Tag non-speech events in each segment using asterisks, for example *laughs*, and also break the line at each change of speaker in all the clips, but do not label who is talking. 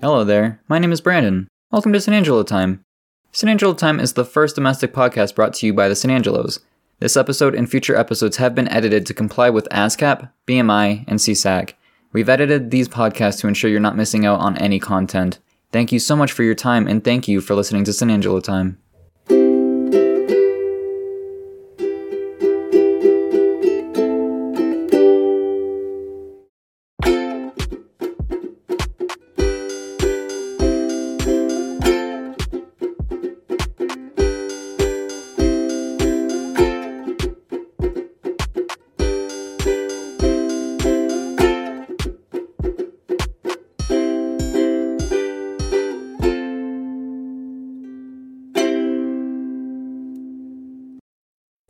Hello there, my name is Brandon. Welcome to San Angelo Time. San Angelo Time is the first domestic podcast brought to you by the San Angelos. This episode and future episodes have been edited to comply with ASCAP, BMI, and CSAC. We've edited these podcasts to ensure you're not missing out on any content. Thank you so much for your time, and thank you for listening to San Angelo Time.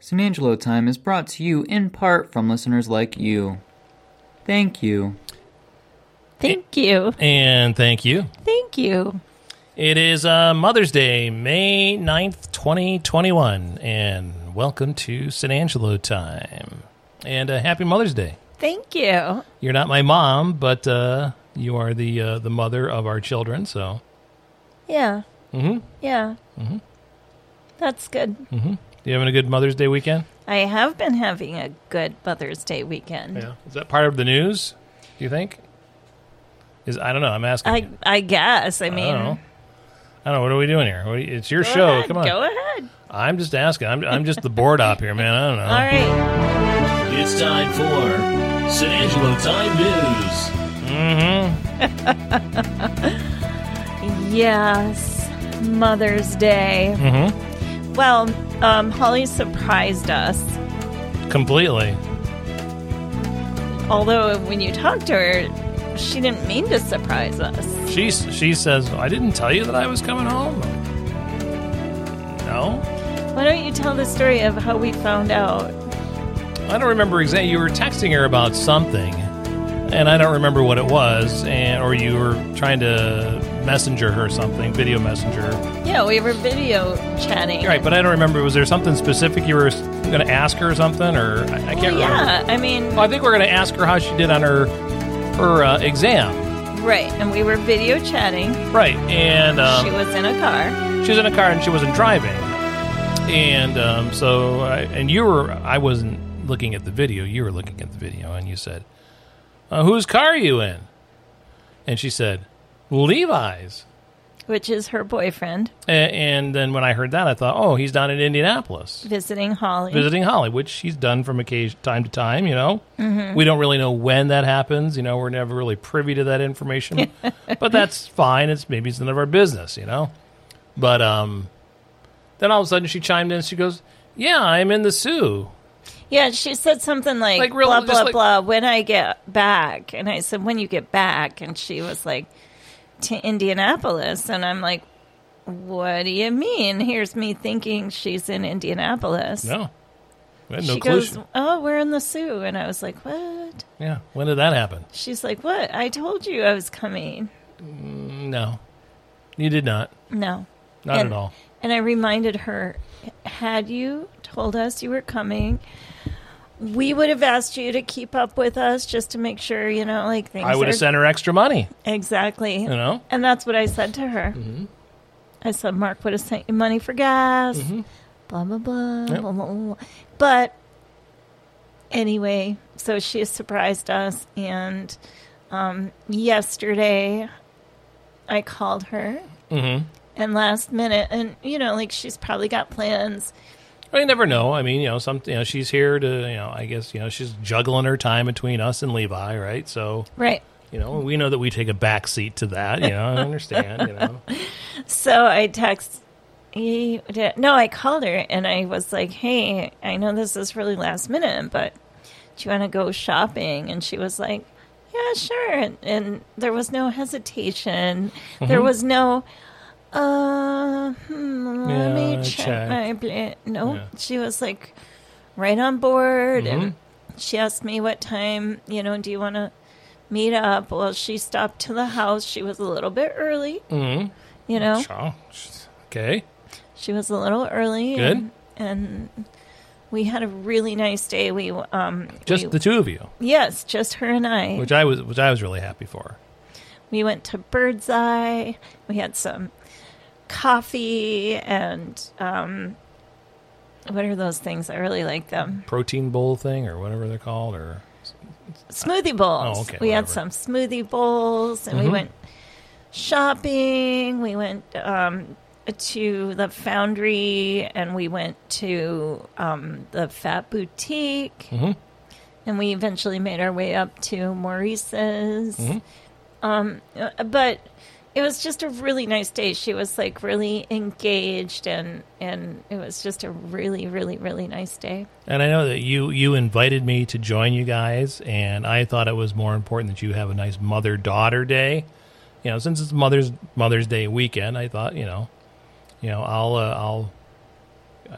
San Angelo Time is brought to you in part from listeners like you. Thank you.
Thank you.
And thank you.
Thank you.
It is uh, Mother's Day, May 9th, 2021. And welcome to San Angelo time. And uh, happy Mother's Day.
Thank you.
You're not my mom, but uh, you are the uh, the mother of our children. So,
Yeah. Mm-hmm. Yeah. Mm-hmm. That's good.
you having a good Mother's Day weekend?
I have been having a good Mother's Day weekend.
Is that part of the news, do you think? Is I don't know. I'm asking.
I
you.
I guess. I
I
mean,
don't know. I don't know. What are we doing here? What are you- it's your
go
show.
ahead,
Come on.
Go ahead.
I'm just asking. I'm, I'm just the board *laughs* op here, man. I don't know.
All right.
It's time for San Angelo Time News.
Yes. Mother's Day. Mm-hmm. Well, um, Holly surprised us.
Completely.
Although when you talked to her, she didn't mean to surprise us.
She she says, "I didn't tell you that I was coming home." No,
Why don't you tell the story of how we found out?
I don't remember exactly. You were texting her about something, and I don't remember what it was, and or you were trying to messenger her something, video messenger.
Yeah, we were video chatting.
You're right, but I don't remember. Was there something specific you were going to ask her or something, or I, I can't remember.
Yeah, I mean,
Well, I think we're going to ask her how she did on her her uh, exam.
right. And we were video chatting.
Right, and um,
she was in a car.
she was in a car and she wasn't driving and um, so I, and you were i wasn't looking at the video you were looking at the video and you said uh, whose car are you in and she said levi's
Which is her boyfriend
A- and then when i heard that i thought oh he's down in indianapolis
visiting Holly.
visiting holly which he's done from occasion time to time you know
Mm-hmm.
we don't really know when that happens you know we're never really privy to that information
*laughs*
but that's fine it's maybe it's none of our business you know but um then all of a sudden she chimed in she goes yeah i'm in the sioux
Yeah, she said something like,
Like, real-
blah
just
blah
like-
blah. When I get back, and I said, when you get back, and she was like, to Indianapolis, and I'm like, what do you mean? Here's me thinking she's in Indianapolis.
no I had no
she
clue
goes, oh, we're in the Sioux, and I was like, what?
yeah when did that happen
She's like, what? I told you I was coming.
no you did not
No,
not
And-
at all
And I reminded her, had you told us you were coming, we would have asked you to keep up with us just to make sure, you know, like things.
i would have
are-
sent her extra money
exactly.
you know
And that's what I said to her. I said, Mark would have sent you money for gas, blah blah blah,
Yep.
blah blah blah. But anyway, so she surprised us, and um, yesterday I called her. And last minute, and you know, like she's probably got plans.
Well, you never know. I mean, you know, some you know, she's here to, you know, I guess, you know, she's juggling her time between us and Levi, right? So,
Right.
you know, we know that we take a back seat to that, you know, I understand, you know.
So I text. he did- No, I called her and I was like, "Hey, I know this is really last minute, but do you want to go shopping?" And she was like, "Yeah, sure." And, and there was no hesitation. There
Mm-hmm.
was no, uh, hmm,
Yeah,
let
I
me check,
checked.
my. Bla-. No,
Yeah.
she was like, right on board, and
Mm-hmm.
she asked me what time. You know, do you want to meet up? Well, she stopped to the house. She was a little bit early.
Mm,
You know,
Sure. Mm-hmm. Okay.
she was a little early.
Good.
And, and we had a really nice day. We um
Just
we-
the two of you,
yes, just her and I.
which I was which I was really happy for.
We went to Birdseye. We had some coffee and um, what are those things? I really like them.
Protein bowl thing or whatever they're called or
Smoothie bowls.
Oh, okay,
we had some
whatever. Mm-hmm.
smoothie bowls, and we went shopping. We went um, to the Foundry, and we went to um, the Fat Boutique,
Mm-hmm.
and we eventually made our way up to Maurice's.
Mm-hmm.
Um, uh, but it was just a really nice day. She was like really engaged, and and it was just a really, really, really nice day.
And I know that you you invited me to join you guys, and I thought it was more important that you have a nice mother daughter day. You know, since it's Mother's Mother's Day weekend, I thought you know, you know, I'll uh, I'll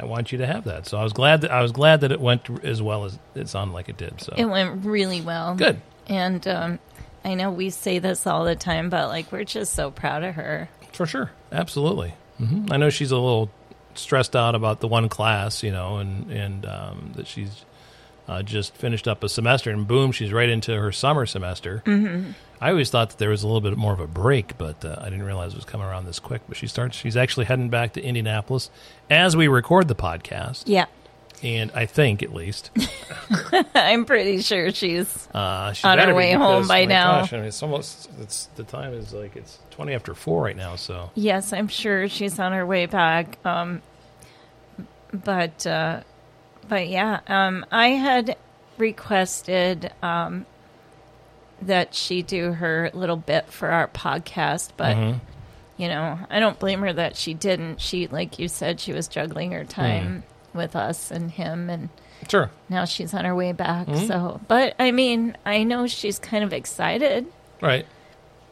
I want you to have that. So I was glad that I was glad that it went as well as it sounded like it did. So
It went really well.
good.
And um, I know we say this all the time, but like we're just so proud of her.
For sure. Absolutely. hmm I know she's a little stressed out about the one class, you know, and, and um, that she's uh, just finished up a semester and boom, she's right into her summer semester. Mm-hmm. I always thought that there was a little bit more of a break, but uh, I didn't realize it was coming around this quick. But she starts, she's actually heading back to Indianapolis as we record the podcast.
Yeah.
And I think at least
*laughs* I'm pretty sure she's.
uh, she's
On her
better be
way home
because,
by
my
now.
Gosh, I mean, it's almost, it's the time is like, it's 20 after four right now. So
Yes, I'm sure she's on her way back. Um, but uh, but yeah, um, I had requested um, that she do her little bit for our podcast, but. You know, I don't blame her that she didn't. She, like you said, she was juggling her time with us and him, and
sure.
now she's on her way back.
Mm-hmm.
So, but I mean, I know she's kind of excited.
Right.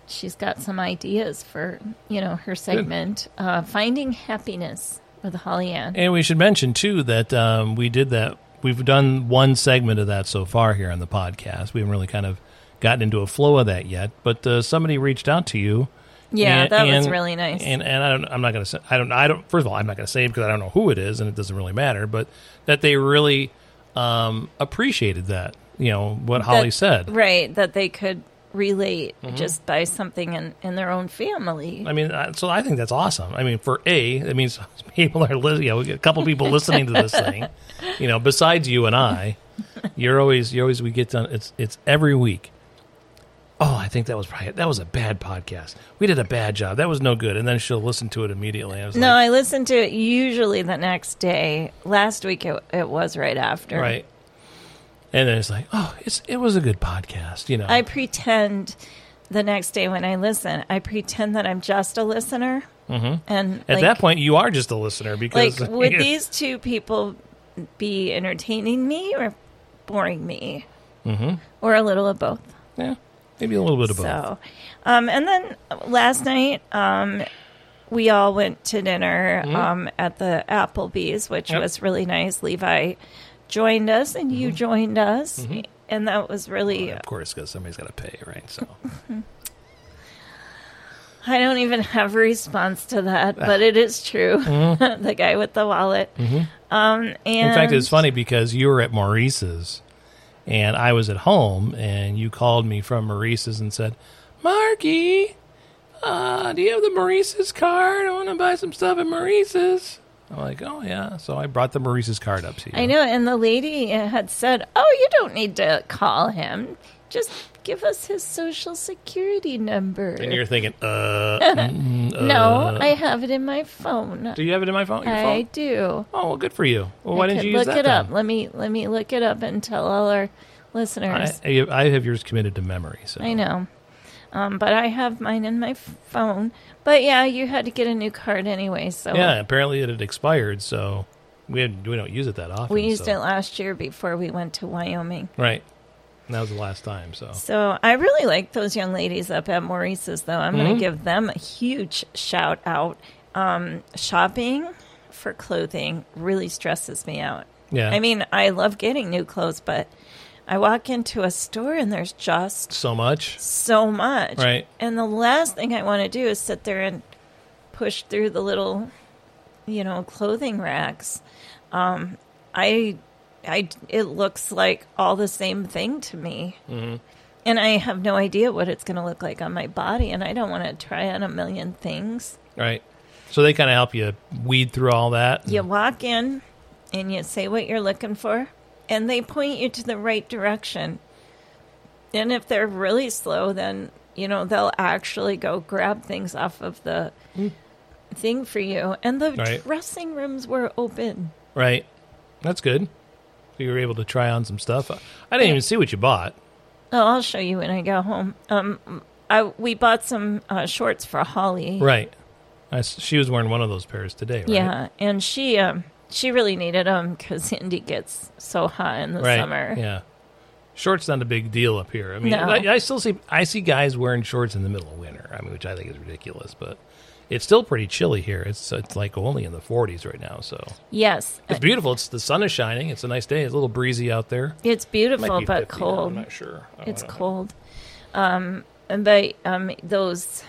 She's got some ideas for you know her segment, uh, finding happiness with Holly Ann.
And we should mention too that um, we did that. We've done one segment of that so far here on the podcast. We haven't really kind of gotten into a flow of that yet. But uh, somebody reached out to you.
Yeah,
and-
that was
and-
really nice.
And and I don't, I'm not going to say I don't I don't first of all I'm not going to say it because I don't know who it is and it doesn't really matter. But that they really um, appreciated that you know what Holly
That-
said. Mm-hmm.
right that they could relate just by something in in their own family.
I mean, I- so I think that's awesome. I mean, for A, that means *laughs* people are, lis- you know, a couple people listening
*laughs*
to this thing, you know, besides you and I, you're always, you're always, we get done. It's, it's every week. Oh, I think that was right. That was a bad podcast. We did a bad job. That was no good. And then she'll listen to it immediately. I was
No,
like,
I listened to it usually the next day. Last week it, it was right after.
right. And then it's like, oh, it's, it was a good podcast, you know.
I pretend the next day when I listen, I pretend that I'm just a listener. Mm-hmm. And
At
like,
that point, you are just a listener
like
because *laughs*
would these two people be entertaining me or boring me, mm-hmm. or a little of both?
yeah, maybe a little bit of both.
So, um, and then last night, um, we all went to dinner um, at the Applebee's, which
Mm-hmm. Yep. Mm-hmm.
was really nice. Levi joined us, and you joined us, and that was really.
Of course, because somebody's got to pay, right? So.
I don't even have a response to that,
*laughs*
but it is true. *laughs* the guy with the wallet. Um, and
Mm-hmm. In fact, it's funny because you were at Maurice's and I was at home, and you called me from Maurice's and said, Marky, uh, do you have the Maurice's card? I want to buy some stuff at Maurice's. I'm like, oh, yeah. So I brought the Maurice's card up to you.
I know, and the lady had said, "Oh, you don't need to call him. Just give us his social security number."
And you're thinking, uh, mm, uh,
No, I have it in my phone.
do you have it in my phone? Your
I
phone?
do.
Oh, well, good for you. Well, why
I
didn't
could
you use
look
that?
it up?
then?
Let me let me look it up and tell all our listeners.
I, I have yours committed to memory. So
I, know, um, but I have mine in my phone. But yeah, you had to get a new card anyway, so
Yeah, apparently it had expired, so we had, we don't use it that often.
we used
so-
it last year before we went to Wyoming.
Right. And that was the last time, so.
So I really like those young ladies up at Maurice's, though. I'm going to give them a huge shout out. Um, shopping for clothing really stresses me out.
Yeah.
I mean, I love getting new clothes, but I walk into a store and there's just
so much.
so much.
Right.
And the last thing I want to do is sit there and push through the little, you know, clothing racks. Um, I, I, it looks like all the same thing to me. And I have no idea what it's going to look like on my body, and I don't want to try on a million things.
Right. So they kind of help you weed through all that.
You walk in and you say what you're looking for, and they point you to the right direction. And if they're really slow, then, you know, they'll actually go grab things off of the thing for you. And the
Right.
dressing rooms were open.
Right. That's good. So you were able to try on some stuff. I didn't even see what you bought.
Oh, I'll show you when I go home. Um, I, we bought some uh, shorts for Holly.
Right. I s she was wearing one of those pairs today, right?
Yeah, and she um she really needed them because Indy gets so hot in the
Right.
summer.
Yeah. Shorts not a big deal up here. I mean,
No.
I, I still see I see guys wearing shorts in the middle of winter. I mean, which I think is ridiculous, but it's still pretty chilly here. It's it's like only in the 40s right now, so
Yes,
it's beautiful. It's the sun is shining. It's a nice day. It's a little breezy out there.
it's
Might
beautiful
be
but
50 now.
cold.
I'm not sure. I don't
it's
know.
cold. Um, but um those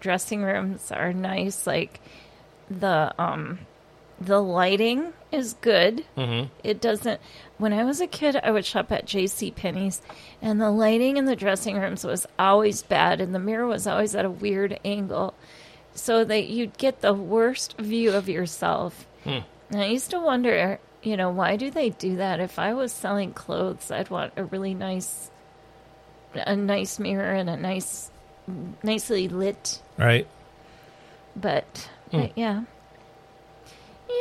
dressing rooms are nice. Like the um the lighting is good. Mm-hmm. It doesn't. When I was a kid, I would shop at J.C. Penney's, and the lighting in the dressing rooms was always bad, and the mirror was always at a weird angle. so that you'd get the worst view of yourself. And I used to wonder, you know, why do they do that? If I was selling clothes, I'd want a really nice, a nice mirror and a nice, nicely lit.
Right.
But, but yeah,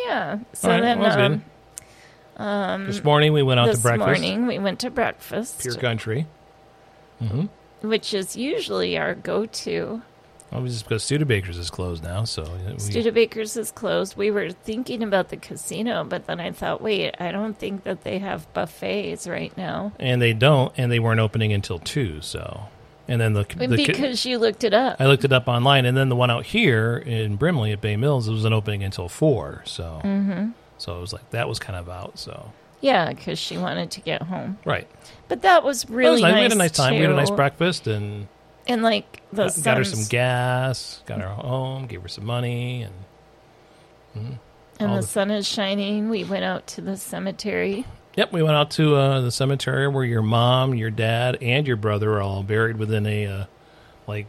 yeah. So
Hmm. All right,
then
well, that's
um,
good. this morning we went out to
this
breakfast.
morning we went to breakfast,
Pure country.
which is usually our go-to.
Well, we just because Studebaker's is closed now, so uh, we,
Studebaker's is closed. We were thinking about the casino, but then I thought, wait, I don't think that they have buffets right now.
and they don't, and they weren't opening until two. So, and then the, the
because you looked it up.
I looked it up online, and then the one out here in Brimley at Bay Mills it wasn't opening until four. So,
Mm-hmm.
so it was like that was kind of out. So,
Yeah, because she wanted to get home.
right,
But that was
That was
really
nice.
nice.
we had a nice time. We had a nice
too.
breakfast and
And like the
got, got her some
sun's-
gas, got her home, gave her some money, and
and
all
the
the-
sun is shining. We went out to the cemetery.
Yep, we went out to uh, the cemetery where your mom, your dad, and your brother are all buried within a uh, like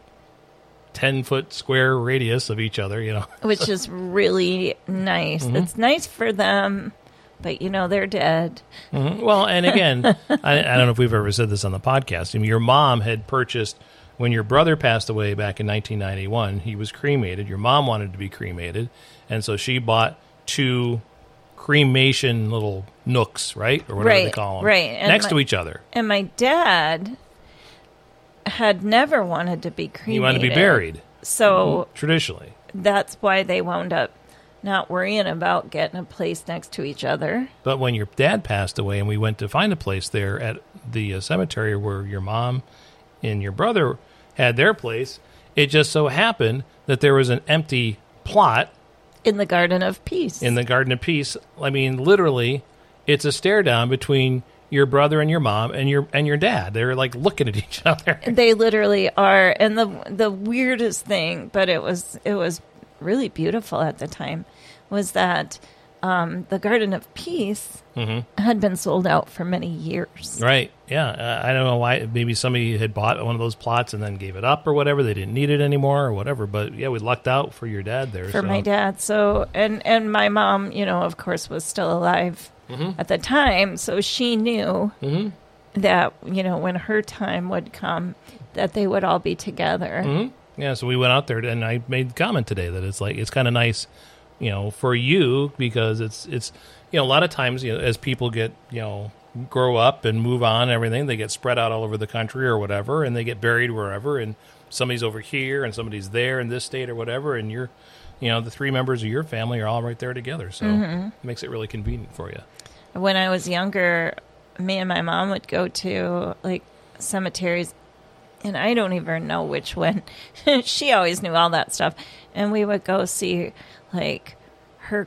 ten foot square radius of each other. You know, *laughs*
which is really nice.
Mm-hmm.
It's nice for them, but you know they're dead.
Mhm. well, and again, I, I don't know if we've ever said this on the podcast. I mean, your mom had purchased when your brother passed away back in 1991. He was cremated. Your mom wanted to be cremated, and so she bought two cremation little nooks, right, or whatever they
Right,
call them,
right. And
next
my-
to each other.
And my dad had never wanted to be cremated.
You wanted to be buried Mm-hmm.
So
traditionally.
that's why they wound up not worrying about getting a place next to each other.
But when your dad passed away, and we went to find a place there at the uh, cemetery where your mom and your brother had their place, it just so happened that there was an empty plot
In the Garden of Peace.
in the Garden of Peace. I mean, literally, it's a stare down between your brother and your mom and your and your dad. They're like looking at *laughs* each other.
they literally are and the the weirdest thing but it was it was really beautiful at the time was that um, the garden of peace had been sold out for many years
Mm-hmm. Right. Yeah. Uh, I don't know why. Maybe somebody had bought one of those plots and then gave it up or whatever. They didn't need it anymore or whatever. But yeah, we lucked out for your dad there.
for
so.
my dad so and and my mom you know of course was still alive
Mm-hmm.
at the time so she knew that you know when her time would come that they would all be together
Yeah, so we went out there, and I made the comment today that it's like it's kind of nice, you know, for you because it's it's you know a lot of times you know as people get you know grow up and move on and everything they get spread out all over the country or whatever and they get buried wherever and somebody's over here and somebody's there in this state or whatever and you're you know the three members of your family are all right there together so it makes it really convenient for you
when I was younger, me and my mom would go to like cemeteries, and I don't even know which one. *laughs* she always knew all that stuff, and we would go see like her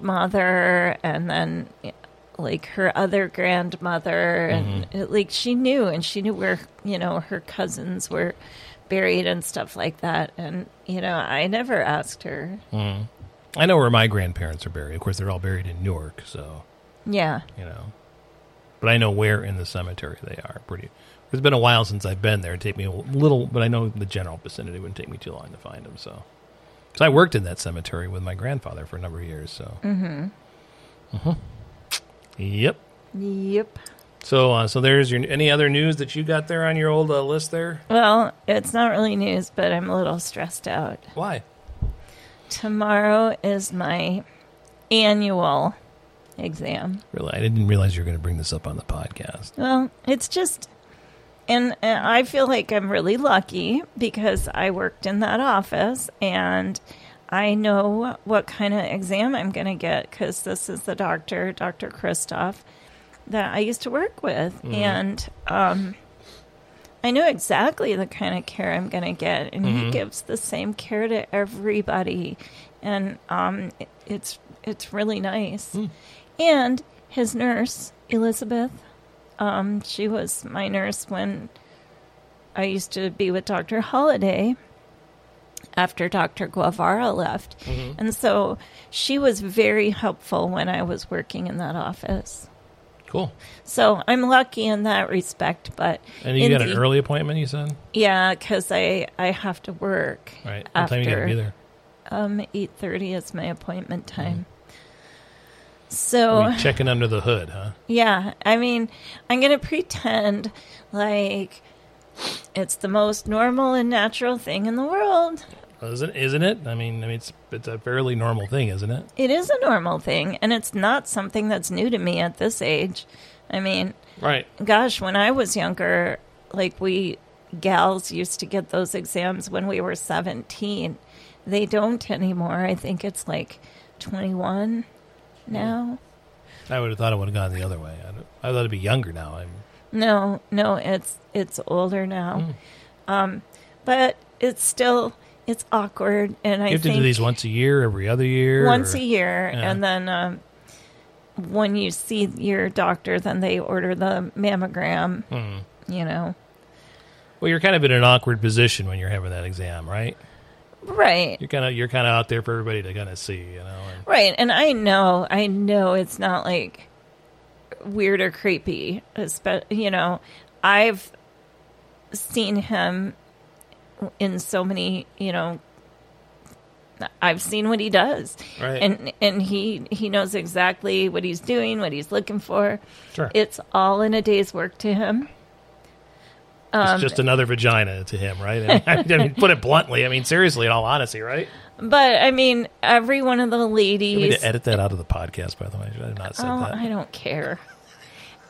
grandmother, and then like her other grandmother, and it, like she knew, and she knew where you know her cousins were buried and stuff like that. And you know, I never asked her.
i know where my grandparents are buried of course they're all buried in newark so
Yeah,
you know. But I know where in the cemetery they are. Pretty It's been a while since I've been there. It'd take me a little, but I know the general vicinity wouldn't take me too long to find them. So, so I worked in that cemetery with my grandfather for a number of years. So, mm-hmm. yep.
Yep.
So, uh, so there's your any other news that you got there on your old uh, list there?
Well, it's not really news, but I'm a little stressed out.
Why?
Tomorrow is my annual exam.
Really, I didn't realize you were going to bring this up on the podcast.
Well, it's just, and, and I feel like I'm really lucky because I worked in that office and I know what kind of exam I'm going to get because this is the doctor, Dr. Christoph, that I used to work with. And um, I know exactly the kind of care I'm going to get. And he gives the same care to everybody. And um, it- it's, it's really nice.
Hmm.
And his nurse, Elizabeth, um, she was my nurse when I used to be with Dr. Holliday after Dr. Guevara left.
Mm-hmm.
And so she was very helpful when I was working in that office.
Cool.
So I'm lucky in that respect, but
And you
in
got an
the-
early appointment, you said?
yeah, because I I have to work.
Right. What
after
time you got to be there? Mm-hmm.
um eight thirty is my appointment time. So
You checking under the hood, huh?
Yeah, I mean, I'm going to pretend like it's the most normal and natural thing in the world.
Isn't isn't it? I mean, I mean, it's it's a fairly normal thing, isn't it?
It is a normal thing, and it's not something that's new to me at this age. I mean,
Right.
gosh, when I was younger, like we gals used to get those exams when we were 17. They don't anymore. I think it's like 21 now.
I would have thought it would have gone the other way. I, don't- I thought it'd be younger now. I'm,
No, no, it's it's older now.
Hmm.
Um, but it's still it's awkward, and I
you have to
think
do these once a year, every other year.
once
or-
a year,
Yeah.
and then um, when you see your doctor, then they order the mammogram.
Hmm.
You know,
Well, you're kind of in an awkward position when you're having that exam, right?
right?
You're kind of you're kind of out there for everybody to kind of see, you know. And,
Right, and I know, I know it's not like weird or creepy, espe- you know, I've seen him in so many, you know, I've seen what he does.
Right.
And and he he knows exactly what he's doing, what he's looking for.
sure.
It's all in a day's work to him. um,
it's just another vagina to him, right? I mean, I mean, put it bluntly. I mean, seriously, in all honesty, right?
But I mean, every one of the
You want me
ladies
to edit that out of the podcast, by the way. I did not say
Oh,
that.
I don't care. *laughs*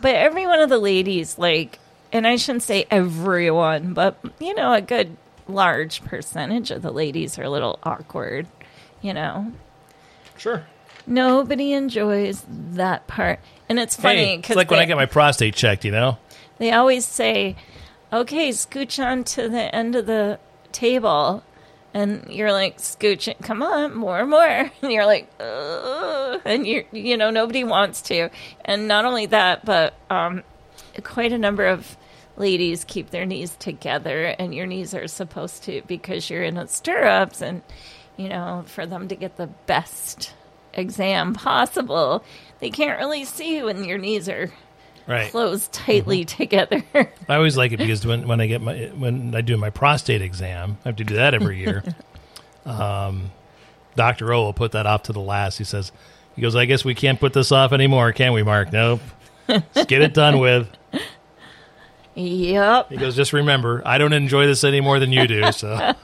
But every one of the ladies, like, and I shouldn't say everyone, but you know, a good large percentage of the ladies are a little awkward. You know,
Sure.
nobody enjoys that part, and it's
Hey,
funny
it's
because
like
they,
when I get my prostate checked, you know.
they always say, "Okay, scooch on to the end of the table." And you're like scooching, come on, more, more. *laughs* And you're like, Ugh. and you you know nobody wants to. And not only that, but um, quite a number of ladies keep their knees together, and your knees are supposed to because you're in a stirrups, and you know for them to get the best exam possible, they can't really see you when your knees are
Right.
closed tightly together. *laughs*
I always like it because when, when I get my when I do my prostate exam, I have to do that every year. um, Doctor O will put that off to the last. He says, he goes, I guess we can't put this off anymore, can we, Mark? Nope. Let's get it done with.
yep.
He goes, just remember, I don't enjoy this any more than you do. So I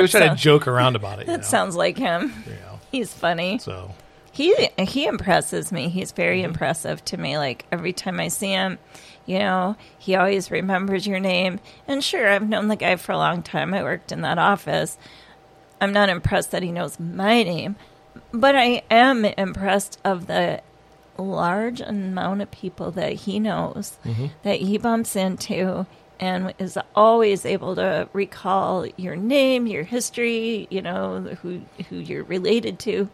was trying to joke around about it. You know?
That sounds like him.
You know,
He's funny.
so
He he impresses me. He's very impressive to me. Like every time I see him, you know, he always remembers your name. And sure, I've known the guy for a long time. I worked in that office. I'm not impressed that he knows my name, but I am impressed of the large amount of people that he knows that he bumps into and is always able to recall your name, your history, you know, who who you're related to,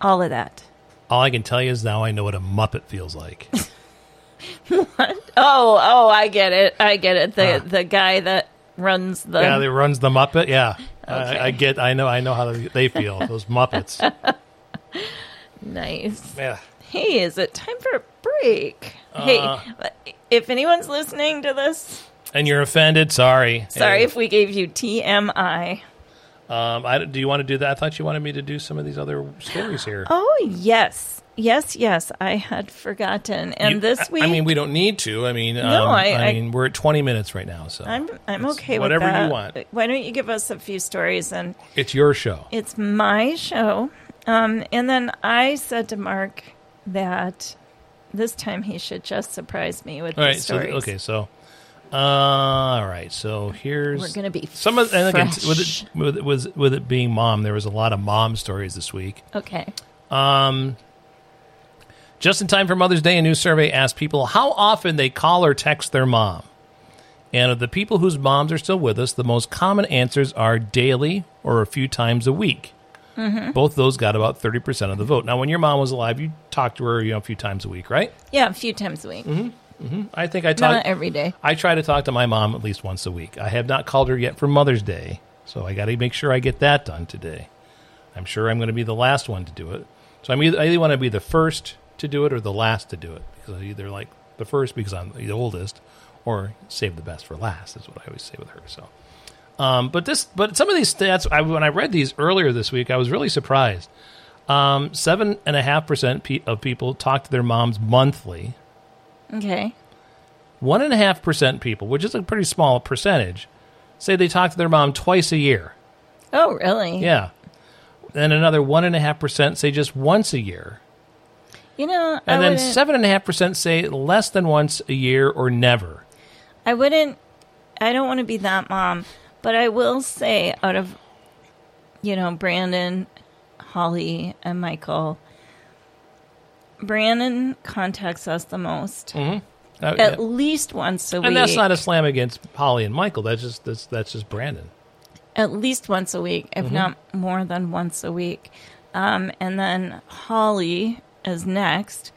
all of that.
all I can tell you is now I know what a Muppet feels like.
Oh, oh, I get it. I get it. The the guy that runs the
yeah, that runs the Muppet. Yeah.
Okay.
I, I get, I know, I know how they feel, those Muppets.
nice.
Yeah.
Hey,
Uh.
is it time for a break? hey, if anyone's listening to this,
and you're offended, sorry.
Sorry
Hey,
if we gave you TMI.
um, I, do you want to do that? I thought you wanted me to do some of these other stories here.
Oh, yes. Yes, yes. I had forgotten. And
You- I-
this week,
I mean, we don't need to. I mean, um, I,
I- I-
mean, we're at 20 minutes right now, so
I'm, I'm
it's
okay
whatever
with that.
you want.
Why don't you give us a few stories? And
It's your show.
it's my show. Um, and then I said to Mark that this time he should just surprise me with
All right.
these
So
stories.
okay. So uh, all right. So here's
We're gonna be
some of and again,
fresh.
with it, with it, was with it being mom. There was a lot of mom stories this week.
Okay.
Just in time for Mother's Day, a new survey asked people how often they call or text their mom. And of the people whose moms are still with us, the most common answers are daily or a few times a week. Both those got about 30% of the vote. Now, when your mom was alive, you talked to her you know, a few times a week, right?
Yeah, a few times a week.
Mm-hmm. I think I
Not
talked.
every day.
I try to talk to my mom at least once a week. I have not called her yet for Mother's Day, so I got to make sure I get that done today. I'm sure I'm going to be the last one to do it. So I'm either, I either want to be the first to do it or the last to do it because I either like the first because I'm the oldest, or save the best for last is what I always say with her. So, um, but this, but some of these stats, I, when I read these earlier this week, I was really surprised. Um, Seven and a half percent pe- of people talk to their moms monthly
Okay.
one and a half percent people, which is a pretty small percentage, say they talk to their mom twice a year.
Oh, really?
Yeah. Then another one and a half percent say just once a year.
You know, I
And then
wouldn't-
seven and a half percent say less than once a year or never.
I wouldn't. I don't want to be that mom, but I will say, out of you know Brandon, Holly, and Michael, Brandon contacts us the most,
Uh,
at
yeah.
least once a week.
and that's not a slam against Polly and Michael. That's just that's, that's just Brandon.
at least once a week, if not more than once a week. Um, and then Holly is next,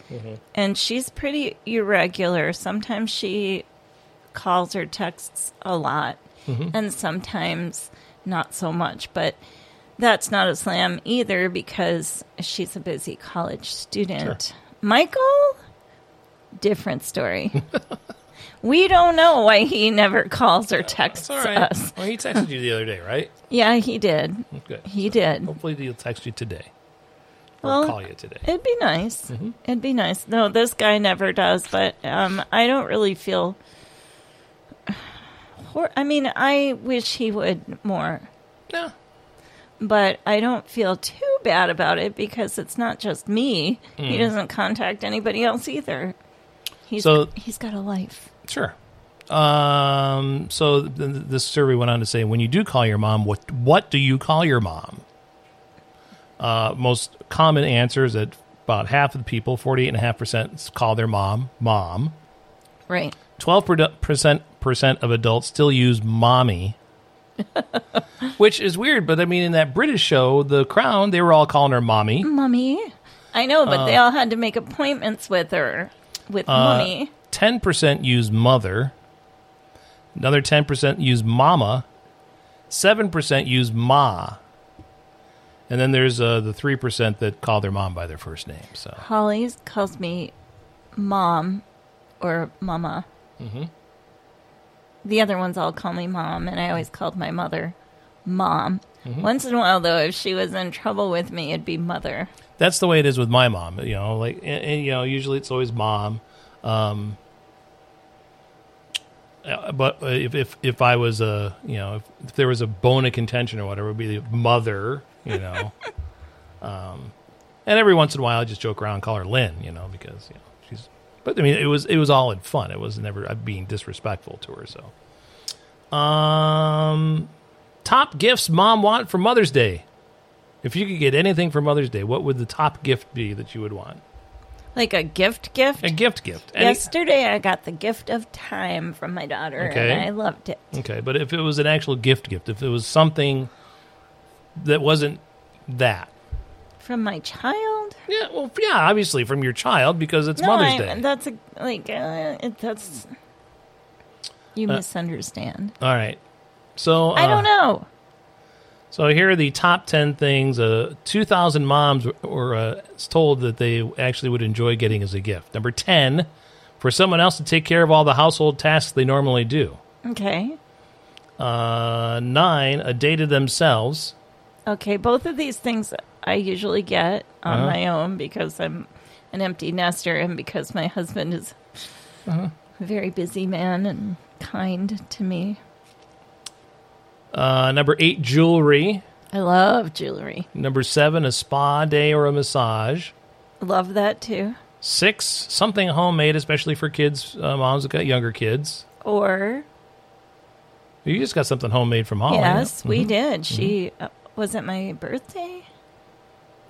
and she's pretty irregular. Sometimes she calls or texts a lot, and sometimes not so much. But that's not a slam either because she's a busy college student. Michael, different story. *laughs* we don't know why he never calls or texts us.
Well, he texted you the other day, right?
Yeah, he did.
Good.
He did.
Hopefully he'll text you today or
Well,
call you today.
It'd be nice. It'd be nice. No, this guy never does, but um, I don't really feel. Hor- I mean, I wish he would more,
No.
but I don't feel too bad about it because it's not just me. He doesn't contact anybody else either. He's
So-
he's got a life.
Sure. Um, so th- th- this survey went on to say, when you do call your mom, what what do you call your mom? Uh, most common answers that about half of the people, forty eight and a half percent, call their mom mom.
Right.
Twelve percent percent of adults still use mommy, which is weird. But I mean, in that British show, The Crown, they were all calling her mommy.
Mummy. I know, but they all had to make appointments with her, with Mummy.
Ten percent use mother. Another ten percent use mama. Seven percent use ma. And then there's uh, the three percent that call their mom by their first name. So
Holly calls me mom or mama.
Mm-hmm.
The other ones all call me mom, and I always called my mother mom.
Mm-hmm.
Once in a while, though, if she was in trouble with me, it'd be mother.
that's the way it is with my mom. You know, like and, and, you know, usually it's always mom. Um, uh, but uh, if if if I was a you know if, if there was a bone of contention or whatever, it would be the mother. You know, um, and every once in a while I just joke around and call her Lynn. You know, because you know she's. But I mean, it was it was all in fun. It was never uh, being disrespectful to her. So, um, top gifts mom want for Mother's Day. If you could get anything for Mother's Day, what would the top gift be that you would want?
Like a gift gift.
A gift gift. Any-
Yesterday, I got the gift of time from my daughter,
Okay.
and I loved it.
Okay, but if it was an actual gift gift, if it was something that wasn't that.
From my child?
Yeah, well, yeah, obviously from your child because it's
no,
Mother's
I,
Day.
that's a, like, uh, it, that's. You misunderstand.
All right. So
I
uh,
don't know.
So here are the top ten things. Uh, Two thousand moms were- were uh, told that they actually would enjoy getting as a gift. Number ten, for someone else to take care of all the household tasks they normally do.
Okay.
Uh, nine, a day to themselves.
Okay, both of these things I usually get
Uh-huh.
on my own because I'm an empty nester and because my husband is
Uh-huh.
a very busy man and kind to me.
Uh, number eight, jewelry.
I love jewelry.
Number seven, a spa day or a massage.
Love that too.
Six, something homemade, especially for kids, uh, moms that got younger kids.
Or,
You just got something homemade from Holly. Oh, yeah? Mm-hmm.
yes, we did. She uh, was it my birthday?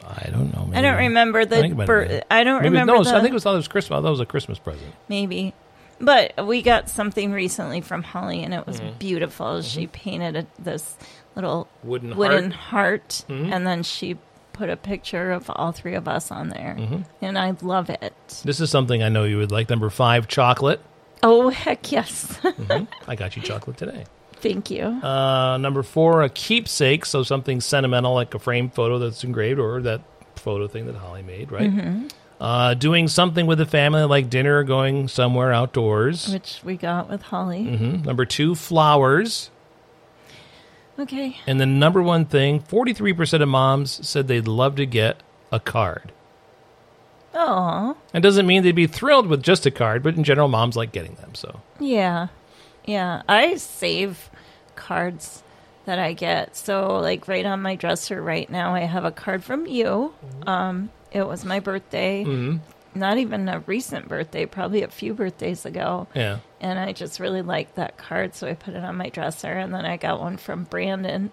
I don't know.
I don't
maybe.
remember the
I think it might have
bir-
been.
I don't
Maybe-
remember
No,
the
I think it was. I thought it was Christmas. I thought it was a Christmas present.
maybe. But we got something recently from Holly and it was
Mm-hmm.
beautiful. She painted a, this little
Wooden
wooden
heart. Mm-hmm.
heart, and then she put a picture of all three of us on there.
Mm-hmm.
And I love it.
This is something I know you would like. Number five, chocolate.
Oh, heck yes. *laughs*
I got you chocolate today.
Thank you.
Uh, number four, a keepsake. So something sentimental like a framed photo that's engraved or that photo thing that Holly made, right?
Mm-hmm.
Uh, doing something with the family like dinner, going somewhere outdoors.
Which we got with Holly.
Mhm. Number two, flowers. Mm-hmm.
Okay.
And the number one thing 43% of moms said they'd love to get a card.
Oh,
It doesn't mean they'd be thrilled with just a card, but in general, moms like getting them. So
yeah. Yeah. I save cards that I get. So, like, right on my dresser right now, I have a card from you. Um, it was my birthday. Not even a recent birthday, probably a few birthdays ago.
yeah,
and I just really liked that card, so I put it on my dresser. And then I got one from Brandon,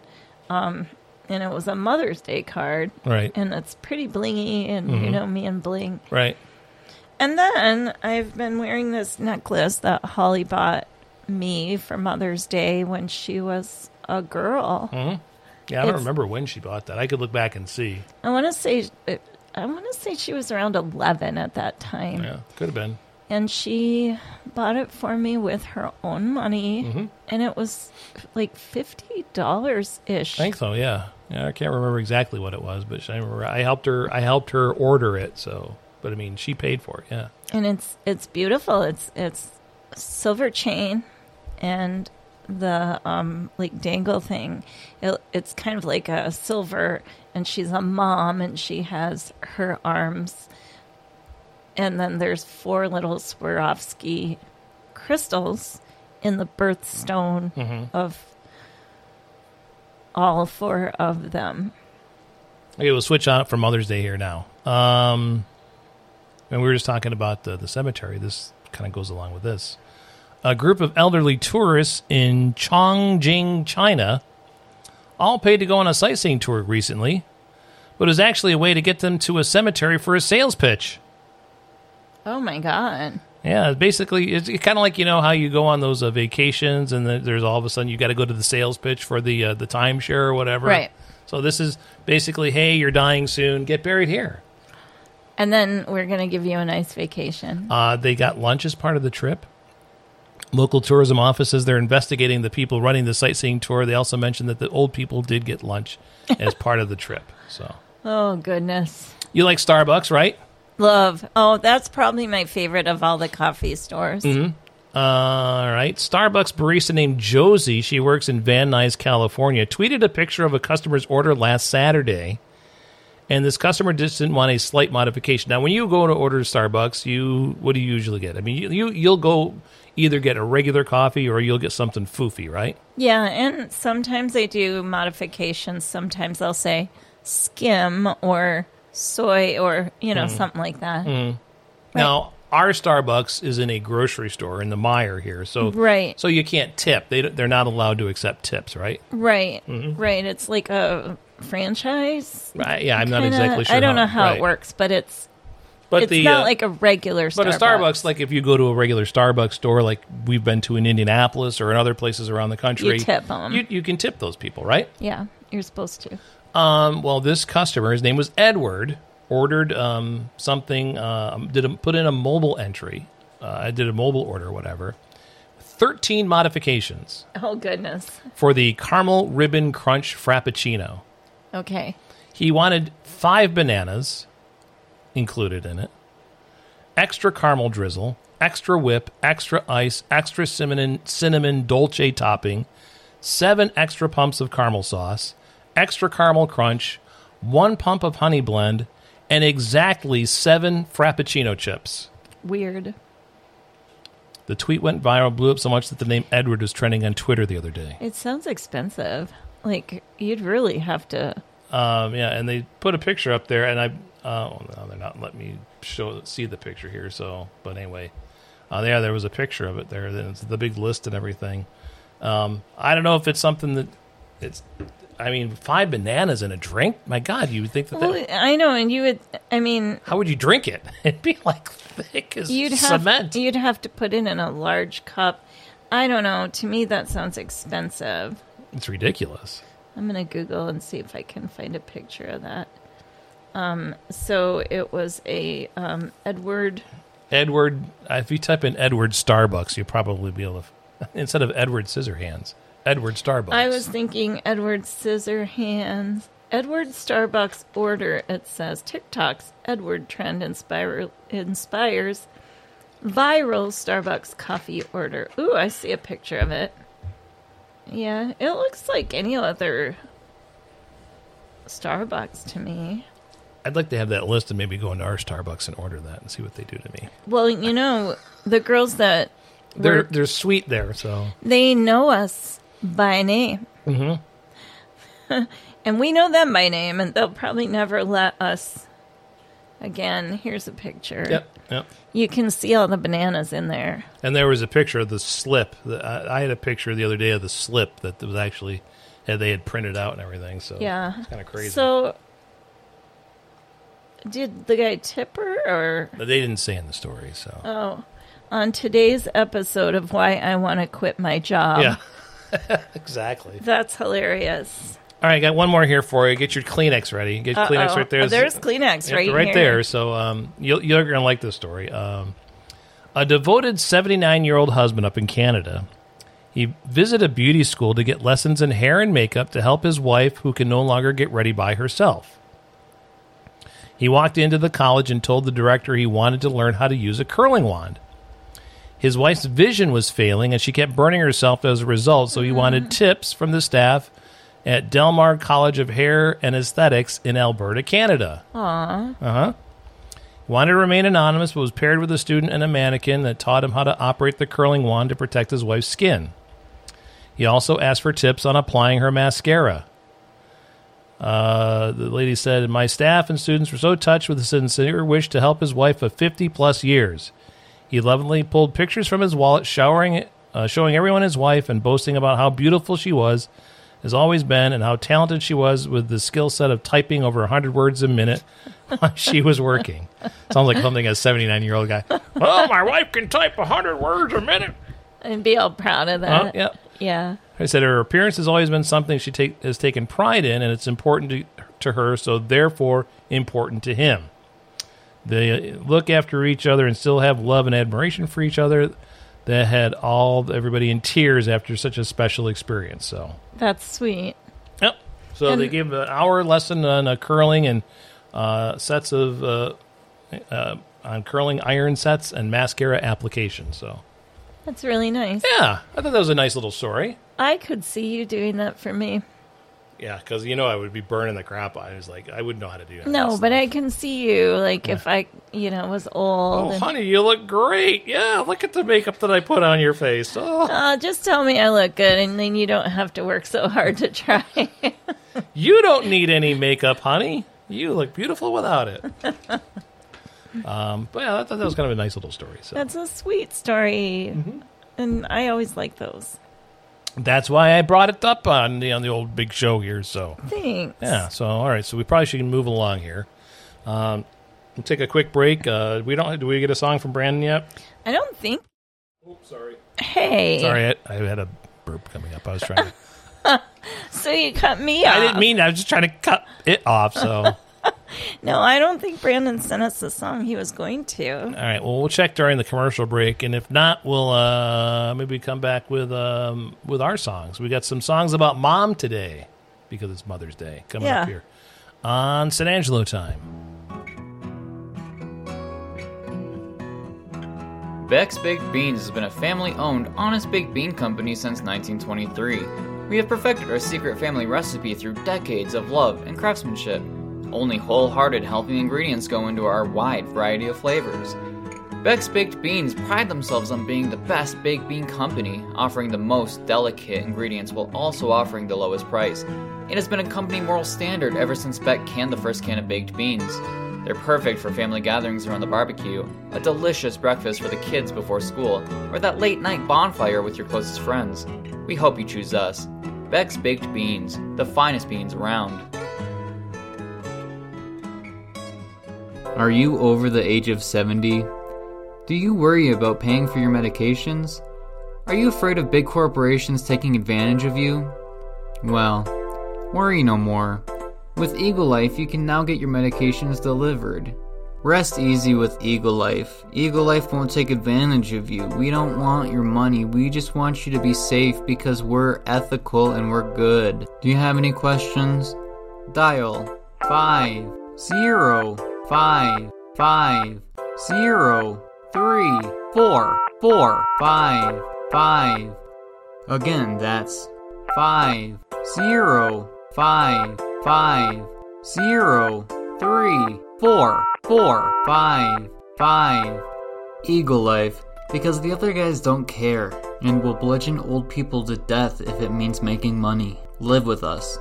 um, and it was a Mother's Day card,
right,
and it's pretty blingy, and you know me and bling.
right.
And then I've been wearing this necklace that Holly bought me for Mother's Day when she was a girl.
Yeah, I don't
It's-
remember when she bought that. I could look back and see.
I want to say. I want to say she was around 11 at that time.
Yeah, could have been.
and she bought it for me with her own money and it was like $50 ish
I think so. Yeah, yeah. I can't remember exactly what it was, but I remember I helped her. I helped her order it. So, but I mean, she paid for it. Yeah.
and it's it's beautiful it's it's silver chain and the um like dangle thing it, it's kind of like a silver and she's a mom and she has her arms and then there's four little Swarovski crystals in the birthstone of all four of them.
Okay, we'll switch on for Mother's Day here now. Um, and we were just talking about the, the cemetery. This kind of goes along with this. A group of elderly tourists in Chongqing, China, all paid to go on a sightseeing tour recently, but it was actually a way to get them to a cemetery for a sales pitch.
Oh my god.
Yeah, basically, it's kind of like you know how you go on those uh, vacations, and then there's all of a sudden you got to go to the sales pitch for the uh, the timeshare or whatever.
Right.
So this is basically, hey, you're dying soon, get buried here.
And then we're going to give you a nice vacation.
Uh, they got lunch as part of the trip. Local tourism offices, they're investigating the people running the sightseeing tour. They also mentioned that the old people did get lunch as part of the trip. So
Oh goodness.
you like Starbucks, right?
Love. Oh, that's probably my favorite of all the coffee stores.
Uh, all right. Starbucks barista named Josie, she works in Van Nuys, California, tweeted a picture of a customer's order last Saturday. And this customer just didn't want a slight modification. Now, when you go to order Starbucks, you what do you usually get? I mean, you, you you'll go either get a regular coffee or you'll get something foofy, right?
Yeah, and sometimes they do modifications. Sometimes they'll say skim or soy or, you know,
Mm-hmm.
something like that.
Now, our Starbucks is in a grocery store in the Meijer here, so
Right.
so you can't tip. They they're not allowed to accept tips, right?
Right.
Mm-hmm.
Right. It's like a franchise.
Right. Yeah, I'm not
kinda.
exactly sure.
I don't know how
right.
it works, but it's
But
it's
the
not
uh,
like a regular Starbucks.
but a Starbucks, like if you go to a regular Starbucks store, like we've been to in Indianapolis or in other places around the country,
You tip 'em.
You, you can tip those people, right?
Yeah, you're supposed to.
Um, well, this customer, his name was Edward, ordered um, something, uh, did a, put in a mobile entry. Uh, I did a mobile order, whatever. 13 modifications.
Oh goodness.
for the caramel ribbon crunch frappuccino.
Okay.
He wanted five bananas included in it, extra caramel drizzle, extra whip, extra ice, extra cinnamon, cinnamon dolce topping, seven extra pumps of caramel sauce, extra caramel crunch, one pump of honey blend, and exactly seven Frappuccino chips.
Weird.
The tweet went viral, blew up so much that the name Edward was trending on Twitter the other day.
It sounds expensive. Like you'd really have to.
Um, yeah, and they put a picture up there, and I oh no, they're not letting me show see the picture here. So, but anyway, uh, yeah, there was a picture of it there. Then it's the big list and everything. Um, I don't know if it's something that it's. I mean, five bananas in a drink. My God, you would think that, that-
Well, I know, and you would. I mean,
how would you drink it? *laughs* It'd be like thick as
you'd have
cement.
you'd have to put it in a large cup. I don't know. To me, that sounds expensive.
it's ridiculous.
I'm gonna Google and see if I can find a picture of that. Um, so it was a um, Edward.
Edward. uh, If you type in Edward Starbucks, you'll probably be able to *laughs* instead of Edward Scissorhands, Edward Starbucks.
I was thinking Edward Scissorhands. Edward Starbucks order. It says TikTok's Edward trend inspire, inspires viral Starbucks coffee order. Ooh, I see a picture of it. Yeah, it looks like any other Starbucks to me.
I'd like to have that list and maybe go into our Starbucks and order that and see what they do to me.
Well, you know, the girls that
They're
work-
they're sweet there, so
they know us by name. Mm-hmm.
Mm-hmm.
*laughs* and we know them by name, and they'll probably never let us. Again, here's a picture.
yep.
You can see all the bananas in there.
And there was a picture of the slip. The- I I had a picture the other day of the slip that was actually that they had printed out and everything. So
Yeah.
it's kind of crazy.
So, did the guy tip her or.
but they didn't say in the story. So
Oh. On today's episode of Why I Want to Quit My Job.
yeah, *laughs* exactly.
That's hilarious.
All right, I got one more here for you. Get your Kleenex ready. Get Kleenex
Uh-oh. Oh,
right there.
There's Kleenex
Yeah,
right, here.
there. So um, you'll, you're going to like this story. Um, a devoted 79 year old husband up in Canada. He visited a beauty school to get lessons in hair and makeup to help his wife, who can no longer get ready by herself. He walked into the college and told the director he wanted to learn how to use a curling wand. His wife's vision was failing, and she kept burning herself as a result, so he
Mm-hmm.
wanted tips from the staff at Delmar College of Hair and Aesthetics in Alberta, Canada wanted to remain anonymous but was paired with a student and a mannequin that taught him how to operate the curling wand to protect his wife's skin. He also asked for tips on applying her mascara. Uh, the lady said, My staff and students were so touched with the sincere wish to help his wife of 50 plus years. He lovingly pulled pictures from his wallet, showering, uh, showing everyone his wife and boasting about how beautiful she was, has always been, and how talented she was with the skill set of typing over 100 words a minute while she was working. Sounds like something a 79 year old guy. Oh, my wife can type 100 words a minute.
And be all proud of that.
Huh? Uh-huh, Yep.
Yeah.
I said her appearance has always been something she take, has taken pride in, and it's important to, to her, so therefore important to him. They uh, look after each other and still have love and admiration for each other. That had all everybody in tears after such a special experience. So,
That's sweet.
yep. So they
And-
gave an hour lesson on uh, curling and uh, sets of uh, uh, on curling iron sets and mascara application. So,
That's really nice.
yeah, I thought that was a nice little story.
I could see you doing that for me.
Yeah, because you know I would be burning the crap. out. I was like, I wouldn't know how to do that.
No, but I can see you. Like if I, you know, was old.
Oh,
and-
honey, you look great. Yeah, look at the makeup that I put on your face. Oh,
Uh, just tell me I look good, and then you don't have to work so hard to try. *laughs*
you don't need any makeup, honey. You look beautiful without it. *laughs* um, but yeah, I thought that was kind of a nice little story. So
That's a sweet story,
Mm-hmm.
and I always like those.
that's why I brought it up on the on the old big show here. So
Thanks.
yeah, so all right, so we probably should move along here. Um, we'll take a quick break. Uh, we don't. Do we get a song from Brandon yet?
I don't think.
Oops, sorry.
Hey,
Sorry, I, I had a burp coming up. I was trying to.
so you cut me off. *laughs*
I didn't mean. I was just trying to cut it off. So, all
No, I don't think Brandon sent us the song he was going to.
right. Well, we'll check during the commercial break, and if not, we'll uh, maybe come back with um, with our songs. We got some songs about mom today because it's Mother's Day coming
Yeah.
up here on San Angelo time.
Beck's Baked Beans has been a family owned, honest baked bean company since 1923. We have perfected our secret family recipe through decades of love and craftsmanship. Only wholehearted, healthy ingredients go into our wide variety of flavors. Beck's Baked Beans pride themselves on being the best baked bean company, offering the most delicate ingredients while also offering the lowest price. It has been a company moral standard ever since Beck canned the first can of baked beans. They're perfect for family gatherings around the barbecue, a delicious breakfast for the kids before school, or that late night bonfire with your closest friends. We hope you choose us. Beck's Baked Beans, the finest beans around. Are you over the age of 70? Do you worry about paying for your medications? Are you afraid of big corporations taking advantage of you? Well, worry no more. With Eagle Life, you can now get your medications delivered. Rest easy with Eagle Life. Eagle Life won't take advantage of you. We don't want your money. We just want you to be safe because we're ethical and we're good. Do you have any questions? Dial 5 0 5 5 0 3 4 4 5 5. Again, that's 5 0 5 5 0 3 4 4 5 5. Eagle Life, because the other guys don't care and will bludgeon old people to death if it means making money. Live with us.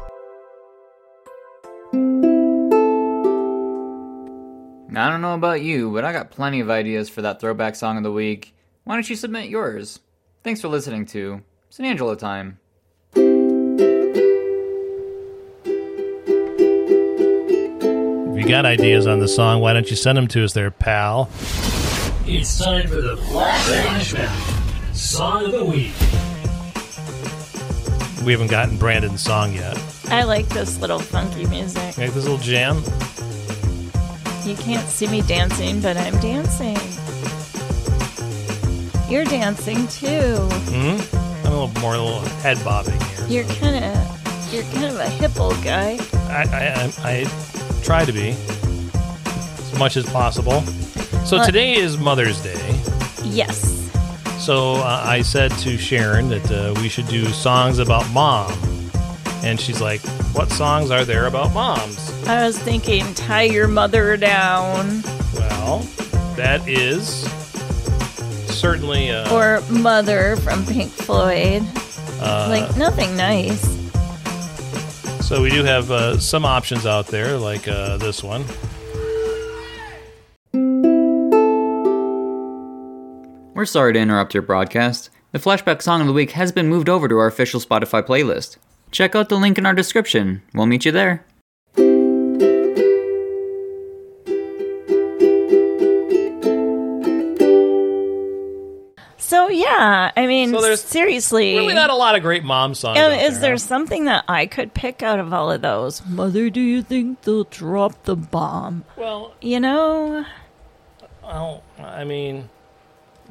Now, I don't know about you, but I got plenty of ideas for that throwback song of the week. Why don't you submit yours? Thanks for listening to San Angelo Time.
If you got ideas on the song, why don't you send them to us there, pal?
It's time for the flashback song of the week.
We haven't gotten Brandon's song yet.
I like this little funky music.
Make this little jam.
You can't see me dancing, but I'm dancing. You're dancing too.
Hmm? I'm a little more a little head bobbing here.
You're kind of, you're kind of a hip old guy.
I, I, I, I try to be as much as possible. So
Well-
today is Mother's Day.
Yes.
So uh, I said to Sharon that uh, we should do songs about mom. And she's like, What songs are there about moms?
I was thinking, tie your mother down,
Well, that is certainly. Uh,
or mother from Pink Floyd.
uh,
like nothing nice.
So we do have uh, some options out there, like uh, this one.
We're sorry to interrupt your broadcast. The flashback song of the week has been moved over to our official Spotify playlist. Check out the link in our description. We'll meet you there.
So yeah, I mean,
So there's
seriously,
Really, not a lot of great mom songs.
Um,
out
is there
huh?
something that I could pick out of all of those? Mother, do you think they'll drop the bomb?
Well,
You know,
well, I mean,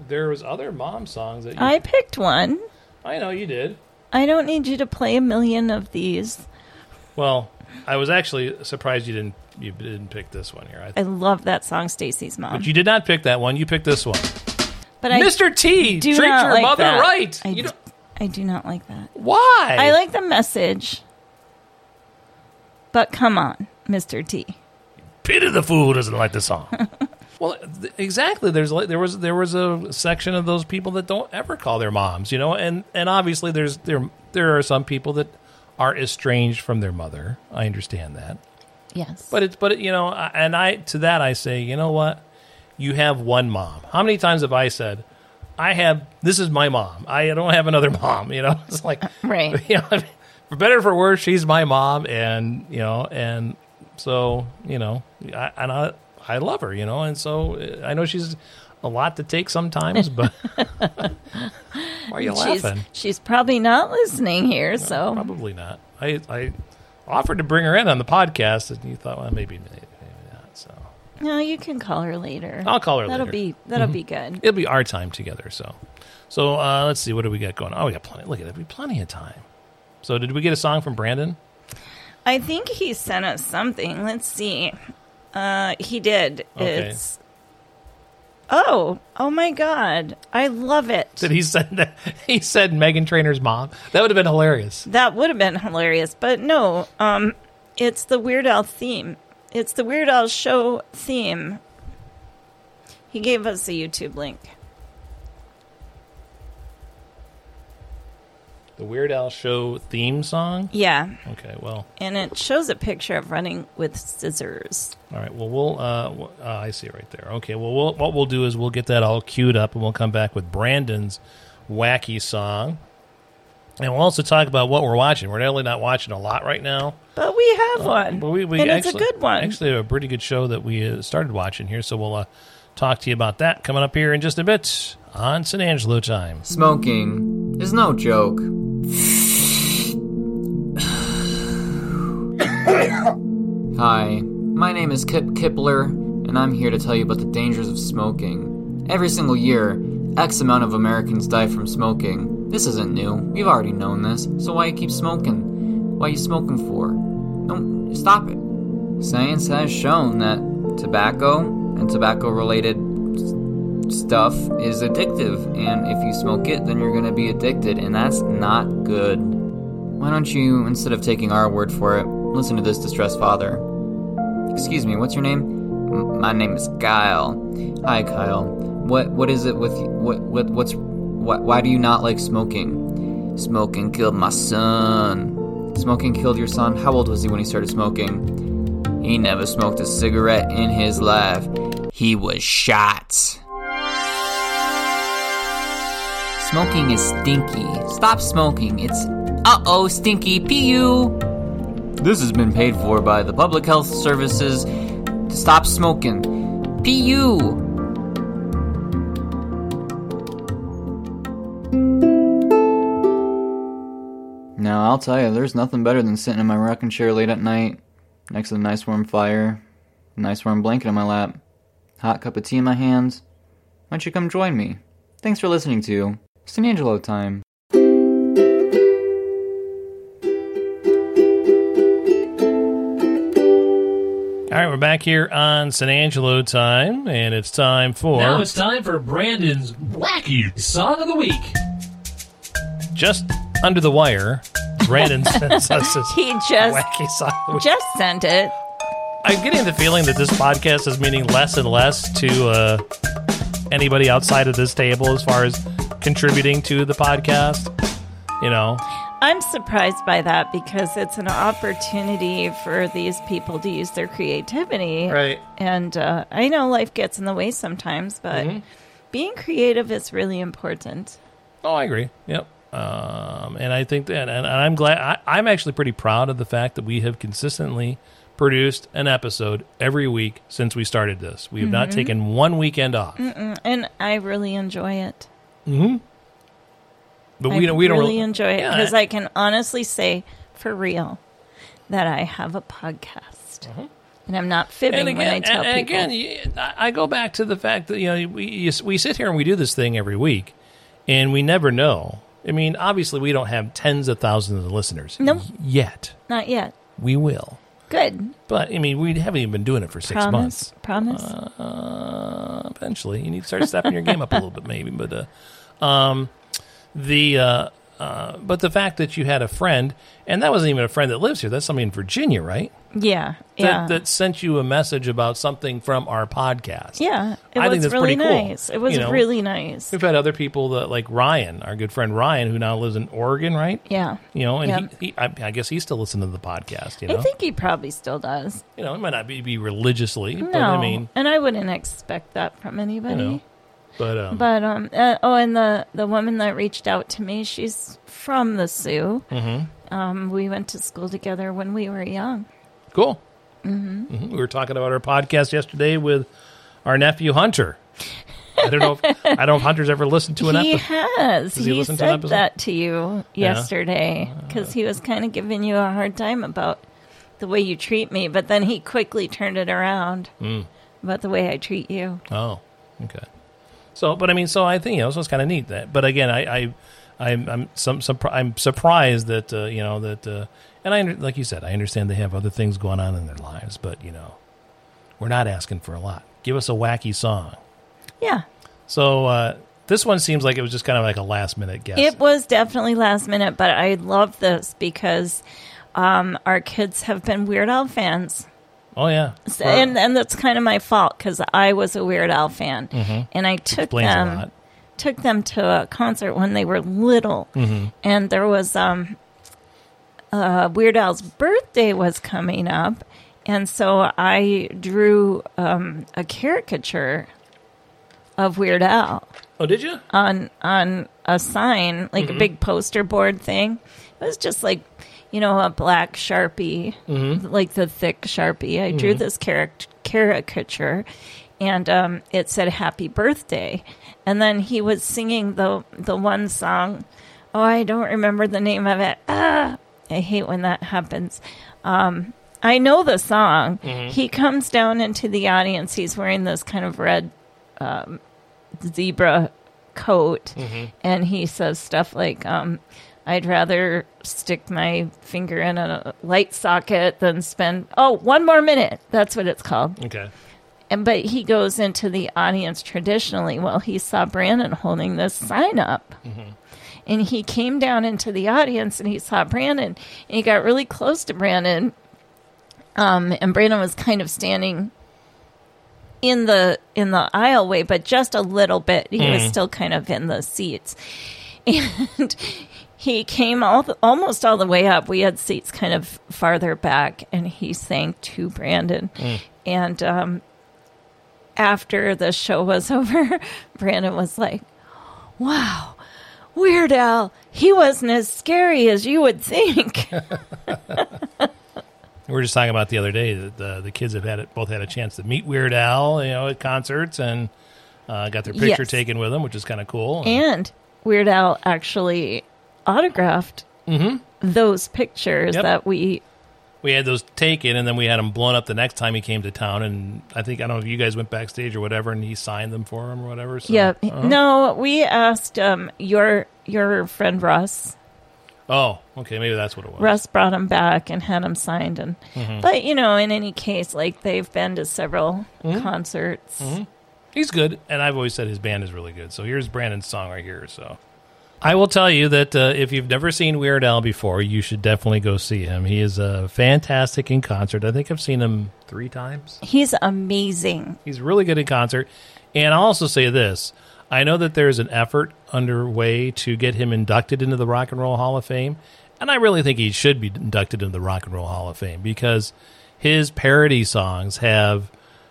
there was other mom songs that you,
I picked one.
I know you did.
I don't need you to play a million of these.
Well, I was actually surprised you didn't you didn't pick this one here. I
I love that song, Stacy's Mom.
But you did not pick that one. You picked this one.
But I
Mr. T,
do
treat
not
your
like
mother
that.
right.
I,
You don't-
I do not like that.
why?
I like the message, but come on, Mr. T.
Pity the fool who doesn't like the song. well, th- exactly. There's like there was there was a section of those people that don't ever call their moms, you know, and and obviously there's there there are some people that are estranged from their mother. I understand that.
Yes,
But it's but it, you know, I- and I to that I say, you know what? You have one mom. How many times have I said, I have this is my mom. I don't have another *laughs* mom. You know, it's like
*laughs* right.
*laughs* you know, I mean, for better or for worse, she's my mom, and you know, and so you know, I, and I I love her, you know, and so uh, I know she's a lot to take sometimes, but
*laughs*
why are you
She's,
laughing?
she's probably not listening here, so
Probably not. I I offered to bring her in on the podcast, and you thought, well, maybe maybe not. So
No, you can call her later.
I'll call her
that'll
later. Mm-hmm.
be that'll be good.
It'll be our time together. So, so uh, let's see. What do we got going? on? Oh, we got plenty. Look at that. We plenty of time. So, did we get a song from Brandon? *laughs*
I think he sent us something. Let's see. Uh, he did.
Okay.
It's Oh, oh my God. I love it.
That he said that he said Megan Trainor's mom. That would have been hilarious.
That would have been hilarious, but no. Um, it's the Weird Al theme. It's the Weird Al show theme. He gave us a YouTube link.
The Weird Al Show theme song.
Yeah,
Okay, well,
and it shows a picture of running with scissors.
all right. Well, we'll. Uh, w- uh, I see it right there. Okay. Well, we'll, what we'll do is we'll get that all queued up, and we'll come back with Brandon's wacky song, and we'll also talk about what we're watching. We're really not watching a lot right now.
But we have one.
Well, we, we
and
actually,
it's a good one.
Actually, have a pretty good show that we uh, started watching here. So we'll uh, talk to you about that coming up here in just a bit on San Angelo time.
Smoking is no joke. Hi, my name is Kip Kipler, and I'm here to tell you about the dangers of smoking. Every single year, X amount of Americans die from smoking. This isn't new. We've already known this. So why you keep smoking? Why you smoking for? Don't stop it. Science has shown that tobacco and tobacco-related stuff is addictive, and if you smoke it, then you're gonna be addicted, and that's not good. Why don't you, instead of taking our word for it, listen to this distressed father? Excuse me, what's your name? M- my name is Kyle. Hi, Kyle. What what is it with what what what's why, why do you not like smoking? Smoking killed my son. Smoking killed your son. How old was he when he started smoking? He never smoked a cigarette in his life. He was shot. Smoking is stinky. Stop smoking. It's uh oh, stinky PU. This has been paid for by the Public Health Services. Stop smoking. PU. Now, I'll tell you, there's nothing better than sitting in my rocking chair late at night, next to a nice warm fire, a nice warm blanket on my lap, hot cup of tea in my hands. Why don't you come join me? Thanks for listening to San Angelo Time.
All right, we're back here on San Angelo time, and it's time for
Now it's time for Brandon's wacky song of the week.
just under the wire.
*laughs*
Brandon sends us his
He just
wacky song. of the week.
just sent it.
I'm getting the feeling that this podcast is meaning less and less to uh, anybody outside of this table as far as contributing to the podcast. You know,
I'm surprised by that because it's an opportunity for these people to use their creativity.
Right.
And uh, I know life gets in the way sometimes, but
Mm-hmm.
being creative is really important.
Oh, I agree. Yep. Um, and I think that, and, and I'm glad, I, I'm actually pretty proud of the fact that we have consistently produced an episode every week since we started this. We have not
Mm-hmm.
taken one weekend off,
Mm, And I really enjoy it.
but
I
we don't, we don't
really enjoy it
Yeah,
because I can honestly say for real that I have a podcast. And I'm not fibbing
Mm-hmm. and
when I
again,
tell
and, and
people.
again, you- I I go back to the fact that, you know, we, you s- we sit here and we do this thing every week and we never know. I mean, obviously we don't have tens of thousands of listeners
No.
yet.
not yet.
We will.
Good.
But I mean, we haven't even been doing it for six
promise.
months.
Promise.
uh, eventually you need to start stepping your game up a little bit maybe but uh, um, the uh, uh, but the fact that you had a friend and that wasn't even a friend that lives here that's somebody in virginia right
yeah.
that,
Yeah.
that sent you a message about something from our podcast
yeah. It
I
was
think that's
really
pretty cool,
nice. It was
you know?
really nice.
we've had other people that like ryan our good friend ryan who now lives in oregon right
Yeah.
you know and
Yep.
he, he I, I guess he still listens to the podcast you
I
know
think he probably still does.
you know it might not be, be religiously
No,
but i mean
and I wouldn't expect that from anybody.
you know but um
But um, uh, oh, and the the woman that reached out to me, she's from the Sioux. Mm-hmm. Um, we went to school together when we were young.
Cool.
Mm-hmm.
hmm We were talking about our podcast yesterday with our nephew Hunter. I don't know. If,
*laughs*
I don't know if Hunter's ever listened to an
he
episode.
has.
Does he
He,
listen to an
said
episode? Uh,
that to you yesterday because he was kind of giving you a hard time about the way you treat me, but then he quickly turned it around
Mm.
about the way I treat you.
Oh, okay. So, but I mean, so I think you know, so it's kind of neat that. But again, I, I, I'm, I'm some, surpri- I'm surprised that uh, you know that, uh, and I, under- like you said, I understand they have other things going on in their lives, but you know, we're not asking for a lot. Give us a wacky song.
Yeah.
So uh, this one seems like it was just kind of like a last minute guess.
It was definitely last minute, but I love this because um, our kids have been Weird Al fans.
oh yeah,
So- And, and that's kind of my fault because I was a Weird Al fan. And I took
Mm-hmm. explains
them.
a lot.
took them to a concert when they were little,
Mm-hmm.
and there was um, uh, Weird Al's birthday was coming up, and so I drew um, a caricature of Weird Al
Oh, did you?
on on a sign, like a big poster board thing. It was just like you know a black sharpie, like the thick sharpie. I drew this caric- caricature, and um, it said "Happy Birthday," and then he was singing the the one song. Oh, I don't remember the name of it. Ah, I hate when that happens. Um, I know the song. He comes down into the audience. He's wearing this kind of red um, zebra coat and he says stuff like um I'd rather stick my finger in a light socket than spend oh one more minute that's what it's called
Okay.
and but he goes into the audience traditionally well he saw Brandon holding this sign up and he came down into the audience and he saw Brandon and he got really close to Brandon um and Brandon was kind of standing in the in the aisleway, but just a little bit. He was still kind of in the seats, *laughs* and he came all the, almost all the way up. We had seats kind of farther back, and he sang to Brandon. And um, after the show was *laughs* over, Brandon was like, "Wow." Weird Al, he wasn't as scary as you would
*laughs*
think.
We were just talking about the other day that the, the kids have had it, both had a chance to meet Weird Al, you know, at concerts and uh, got their picture
Yes.
taken with him, which is kind of cool.
And Weird Al actually autographed those pictures
Mm-hmm. Yep.
that we.
we had those taken, and then we had him blown up the next time he came to town. And I think I don't know if you guys went backstage or whatever, and he signed them for him or whatever. So,
yeah, no, we asked um, your your friend Russ.
Oh, okay, maybe that's what it was.
Russ brought him back and had him signed, and
Mm-hmm.
but you know, in any case, like they've been to several
Mm-hmm.
concerts.
He's good, and I've always said his band is really good. So here's Brandon's song right here. So I will tell you that uh, if you've never seen Weird Al before, you should definitely go see him. He is uh, fantastic in concert. I think I've seen him three times.
He's amazing.
He's really good in concert. And I'll also say this I know that there's an effort underway to get him inducted into the Rock and Roll Hall of Fame. And I really think he should be inducted into the Rock and Roll Hall of Fame because his parody songs have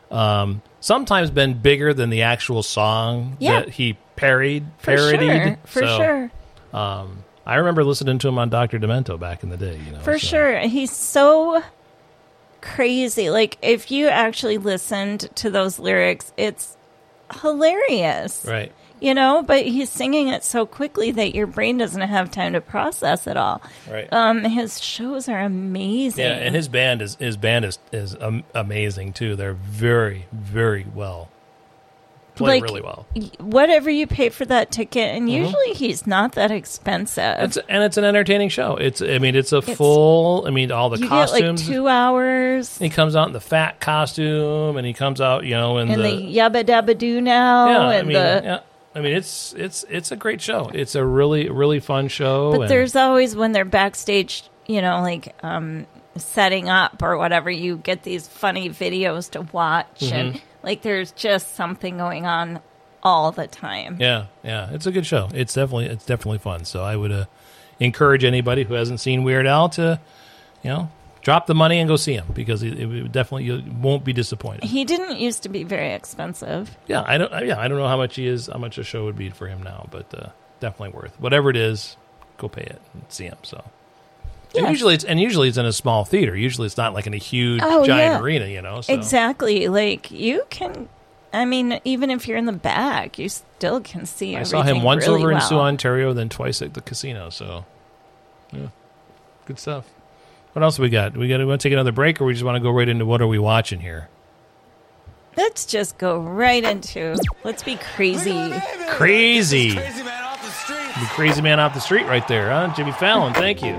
um, sometimes been bigger than the actual song
Yeah.
that he parried,
For
parodied.
sure, for
So,
sure,
Um, I remember listening to him on Dr. Demento back in the day. You know,
for
so-
sure. He's so crazy. Like if you actually listened to those lyrics, it's hilarious.
Right.
you know but he's singing it so quickly that your brain doesn't have time to process it all
Right.
um his shows are amazing
Yeah, and his band is his band is is um, amazing too. They're very very well play
Like-
really well.
Y- whatever you pay for that ticket and usually he's not that expensive
Mm-hmm. It's and it's an entertaining show. It's I mean it's a full I mean all the
you
costumes.
get like two hours
he comes out in the fat costume and he comes out you know in
and
the,
the, yabba dabba do now
yeah I
and
mean
the
yeah. I mean it's it's it's a great show. It's a really really fun show.
But
and-
there's always when they're backstage, you know, like um, setting up or whatever, you get these funny videos to watch. And
Mm-hmm.
like there's just something going on all the time.
yeah yeah it's a good show. It's definitely it's definitely fun. So I would uh, encourage anybody who hasn't seen Weird Al to you know drop the money and go see him because it, it would definitely you won't be disappointed.
He didn't used to be very expensive.
Yeah, I don't. Yeah, I don't know how much he is, how much a show would be for him now, but uh, definitely worth whatever it is. Go pay it and see him. So, and
Yes.
usually it's and usually it's in a small theater. Usually it's not like in a huge
Oh,
giant
yeah.
arena. You know, so.
Exactly. Like you can, I mean, even if you're in the back, you still can see.
I saw him
everything
once
really
over in
well.
Sioux, Ontario, then twice at the casino. So, yeah, good stuff. What else we got? We got to want to take another break, or we just want to go right into what are we watching here?
Let's just go right into. Let's be crazy.
Crazy,
Crazy man off the street.
The crazy man off the street right there, huh? Jimmy Fallon. Thank you.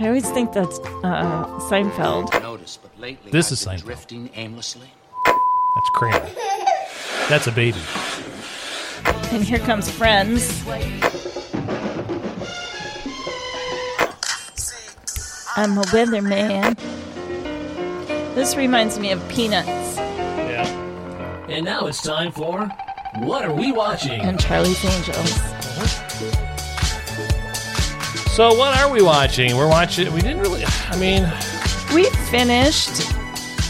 I always think that's uh, Seinfeld.
notice, but lately
This
I've
is
been
Seinfeld.
drifting aimlessly.
That's Kramer. That's a baby.
And here comes Friends. I'm a weatherman. This reminds me of Peanuts
Yeah.
And now it's time for What Are We Watching?
and Charlie's Angels.
So what are we watching? We're watching. We didn't really. I mean,
We finished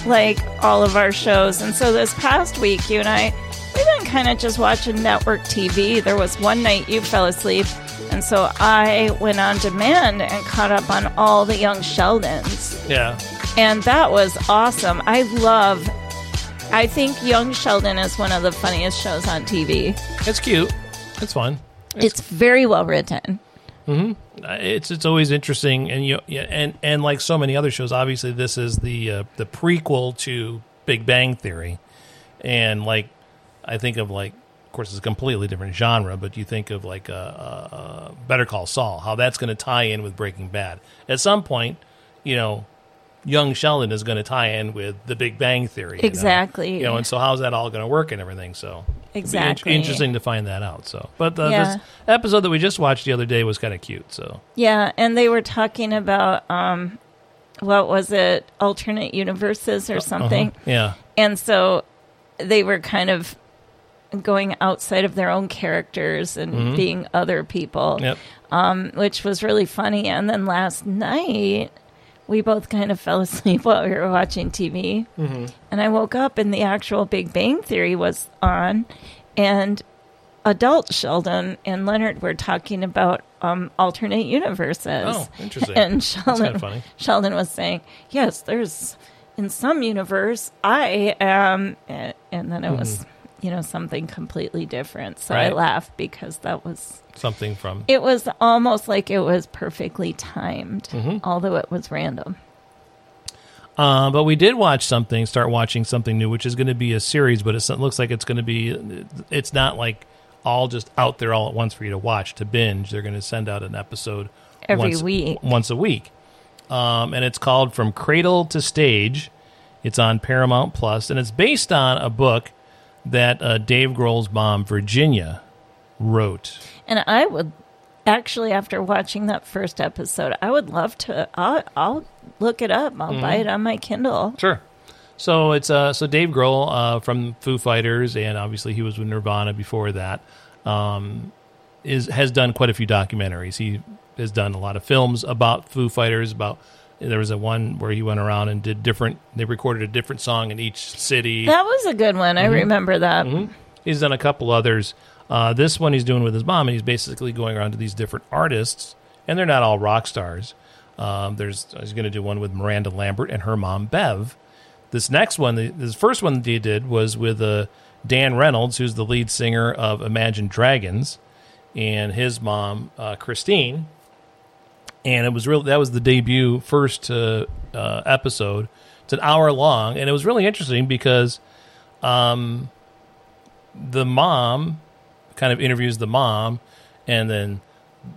like all of our shows, and so this past week, you and I, we've been kind of just watching network TV. There was one night you fell asleep, and so I went on demand and caught up on all the Young Sheldons.
yeah.
And that was awesome. I love. I think Young Sheldon is one of the funniest shows on TV.
It's cute. It's fun.
It's very well written.
Uh, It's it's always interesting, and you yeah, and and like so many other shows, obviously this is the uh, the prequel to Big Bang Theory, and like I think of like, of course, it's a completely different genre, but you think of like uh, uh, uh, Better Call Saul, how that's going to tie in with Breaking Bad at some point, you know. Young Sheldon is going to tie in with the Big Bang Theory, you know?
Exactly.
You know, and so how's that all going to work and everything? So it'd be in-
Exactly.
interesting to find that out. So, but uh,
Yeah.
this episode that we just watched the other day was kind of cute. So
Yeah, and they were talking about um, what was it, alternate universes or something.
Uh-huh. Yeah.
And so they were kind of going outside of their own characters and being other people,
Yep.
which was really funny. And then last night, we both kind of *laughs* fell asleep while we were watching TV.
Mm-hmm.
And I woke up and the actual Big Bang Theory was on. And adult Sheldon and Leonard were talking about um, alternate universes.
Oh, interesting.
And *laughs*
kinda
Sheldon,
funny.
Sheldon was saying, "Yes, there's in some universe I am," a- and then it was you know something completely different. So I
Mm-hmm. Right.
laughed because that was
Something from
it was almost like it was perfectly timed, although it was random.
Uh, but we did watch something, start watching something new, which is going to be a series, but it's- it looks like it's going to be, it's not like all just out there all at once for you to watch, to binge. They're going to send out an episode
Every
once,
week.
Once a week. Um, and it's called From Cradle to Stage. It's on Paramount Plus, and it's based on a book that uh, Dave Grohl's mom, Virginia, wrote.
And I would actually, after watching that first episode, I would love to. I'll, I'll look it up. I'll buy it on my Kindle.
Sure. So it's uh so Dave Grohl uh, from Foo Fighters, and obviously he was with Nirvana before that. Um, is has done quite a few documentaries. He has done a lot of films about Foo Fighters. About there was a one where he went around and did different. They recorded a different song in each city.
That was a good one. I remember that.
He's done a couple others. Uh, this one he's doing with his mom, and he's basically going around to these different artists, and they're not all rock stars. Um, there's he's going to do one with Miranda Lambert and her mom Bev. This next one, the, this first one that he did was with uh, Dan Reynolds, who's the lead singer of Imagine Dragons, and his mom uh, Christine. And it was real. That was the debut first uh, uh, episode. It's an hour long, and it was really interesting because um, the mom kind of interviews the mom and then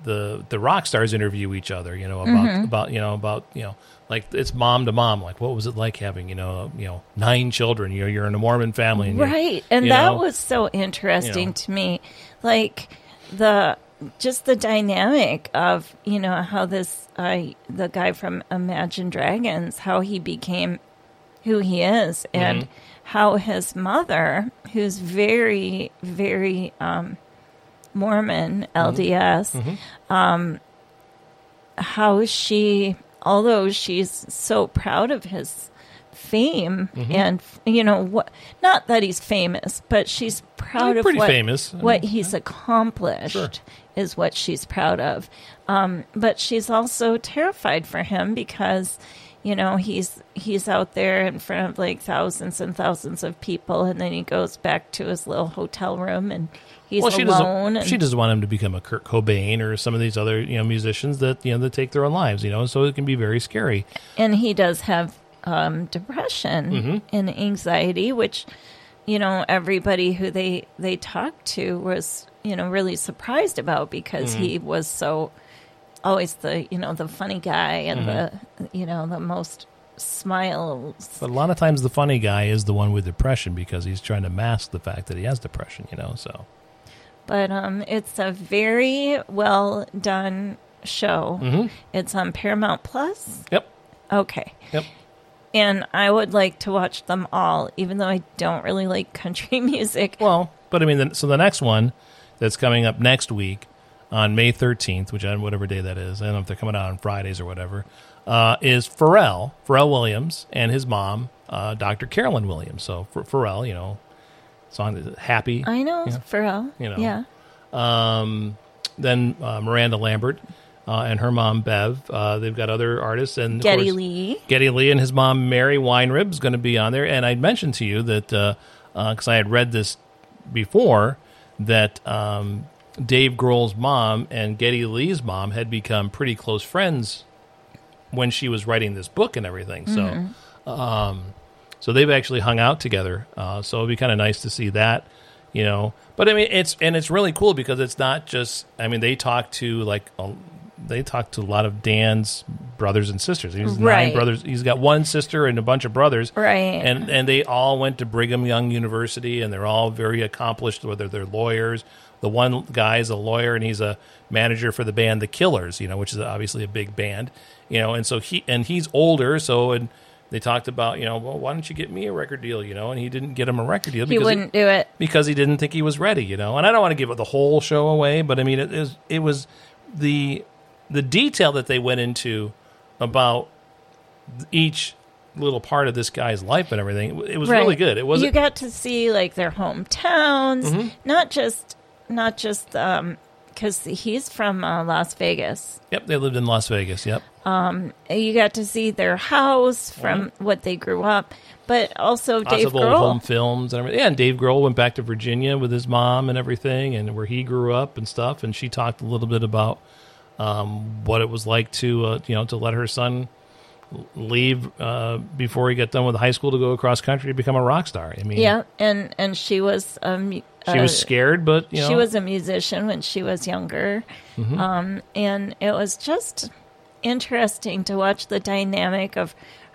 the the rock stars interview each other you know about
Mm-hmm.
about you know about you know like it's mom to mom like what was it like having you know you know nine children you know you're in a mormon family and you're-
Right. And
you
that
know?
was so interesting
You know.
to me. Like the just the dynamic of, you know, how this uh, the guy from Imagine Dragons, how he became who he is and
Mm-hmm.
how his mother, who's very very um
Mm-hmm.
Mormon LDS, um how she although she's so proud of his fame
Mm-hmm.
and you know what not that he's famous but she's proud
He's
of
pretty
what,
famous. I
what
mean,
he's accomplished
Sure.
is what she's proud of um, but she's also terrified for him because you know he's he's out there in front of like thousands and thousands of people and then he goes back to his little hotel room and he's
well, she
alone
doesn't.
and,
She doesn't want him to become a Kurt Cobain or some of these other you know musicians that you know that take their own lives. You know, so it can be very scary.
and he does have um, depression and anxiety, which you know everybody who they they talked to was you know really surprised about because he was so always the you know the funny guy and the you know the most smiles.
But a lot of times, the funny guy is the one with depression because he's trying to mask the fact that he has depression. You know, so
But um, it's a very well done show.
Mhm.
It's on Paramount Plus.
Yep.
Okay.
Yep.
And I would like to watch them all, even though I don't really like country *laughs* music.
Well, but I mean, then- so the next one that's coming up next week on May 13th, which on whatever day that is, I don't know if they're coming out on Fridays or whatever, uh, is Pharrell, Pharrell Williams, and his mom, uh, Dr. Carolyn Williams. So for Pharrell, you know, song that's happy.
I know
Yeah.
Pharrell.
You know.
Yeah.
Um, then uh, Miranda Lambert uh, and her mom Bev. Uh, they've got other artists and of
Geddy
course-
Lee.
Getty Lee and his mom Mary Weinrib is going to be on there. And I mentioned to you that because uh 'cause I had read this before that um, Dave Grohl's mom and Getty Lee's mom had become pretty close friends when she was writing this book and everything. So,
Mm-hmm.
um, so they've actually hung out together. Uh, so it'd be kind of nice to see that, you know. But I mean, it's and it's really cool because it's not just. I mean, they talk to like a, they talk to a lot of Dan's brothers and sisters. He's nine
Right.
brothers. He's got one sister and a bunch of brothers.
Right.
And and they all went to Brigham Young University, and they're all very accomplished. Whether they're lawyers, the one guy is a lawyer, and he's a manager for the band The Killers, you know, which is obviously a big band, you know. And so he and he's older, so and they talked about, you know, well, why don't you get me a record deal, you know? And he didn't get him a record deal
He
because
wouldn't do it.
because he didn't think he was ready, you know. And I don't want to give the whole show away, but I mean, it is it was the the detail that they went into about each little part of this guy's life and everything. It was really
Right.
good. It Mm-hmm. was
You got to see like their hometowns, not just not just um because he's from uh, Las Vegas.
yep. They lived in Las Vegas. Yep.
You got to see their house from what they grew up, but also
Lots
Dave
Mm-hmm. of old
Grohl.
home films and everything. Yeah, and Dave Grohl went back to Virginia with his mom and everything, and where he grew up and stuff. And she talked a little bit about um, what it was like to uh, you know to let her son leave uh, before he got done with high school to go across country to become a rock star. I mean,
Yeah, and and she was um she
she was scared, but you know, Mm-hmm.
she was a musician when she was younger, um, and it was just interesting to watch the dynamic of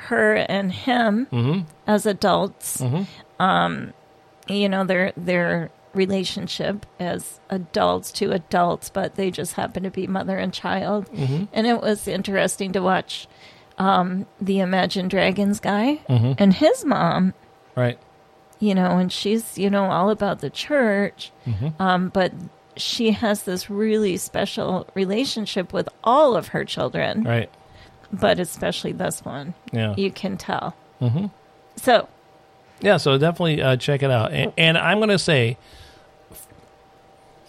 her and him
Mm-hmm.
as adults. Um, you know their their relationship as adults to adults, but they just happen to be mother and child,
Mm-hmm.
and it was interesting to watch um, the Imagine Dragons guy
Mm-hmm.
and his mom
right.
you know, and she's, you know, all about the church.
Mm-hmm.
Um, but she has this really special relationship with all of her children,
Right.
but especially this one.
Yeah.
You can tell. Mm-hmm. So,
Yeah, so definitely uh, check it out. And, and I'm going to say, f-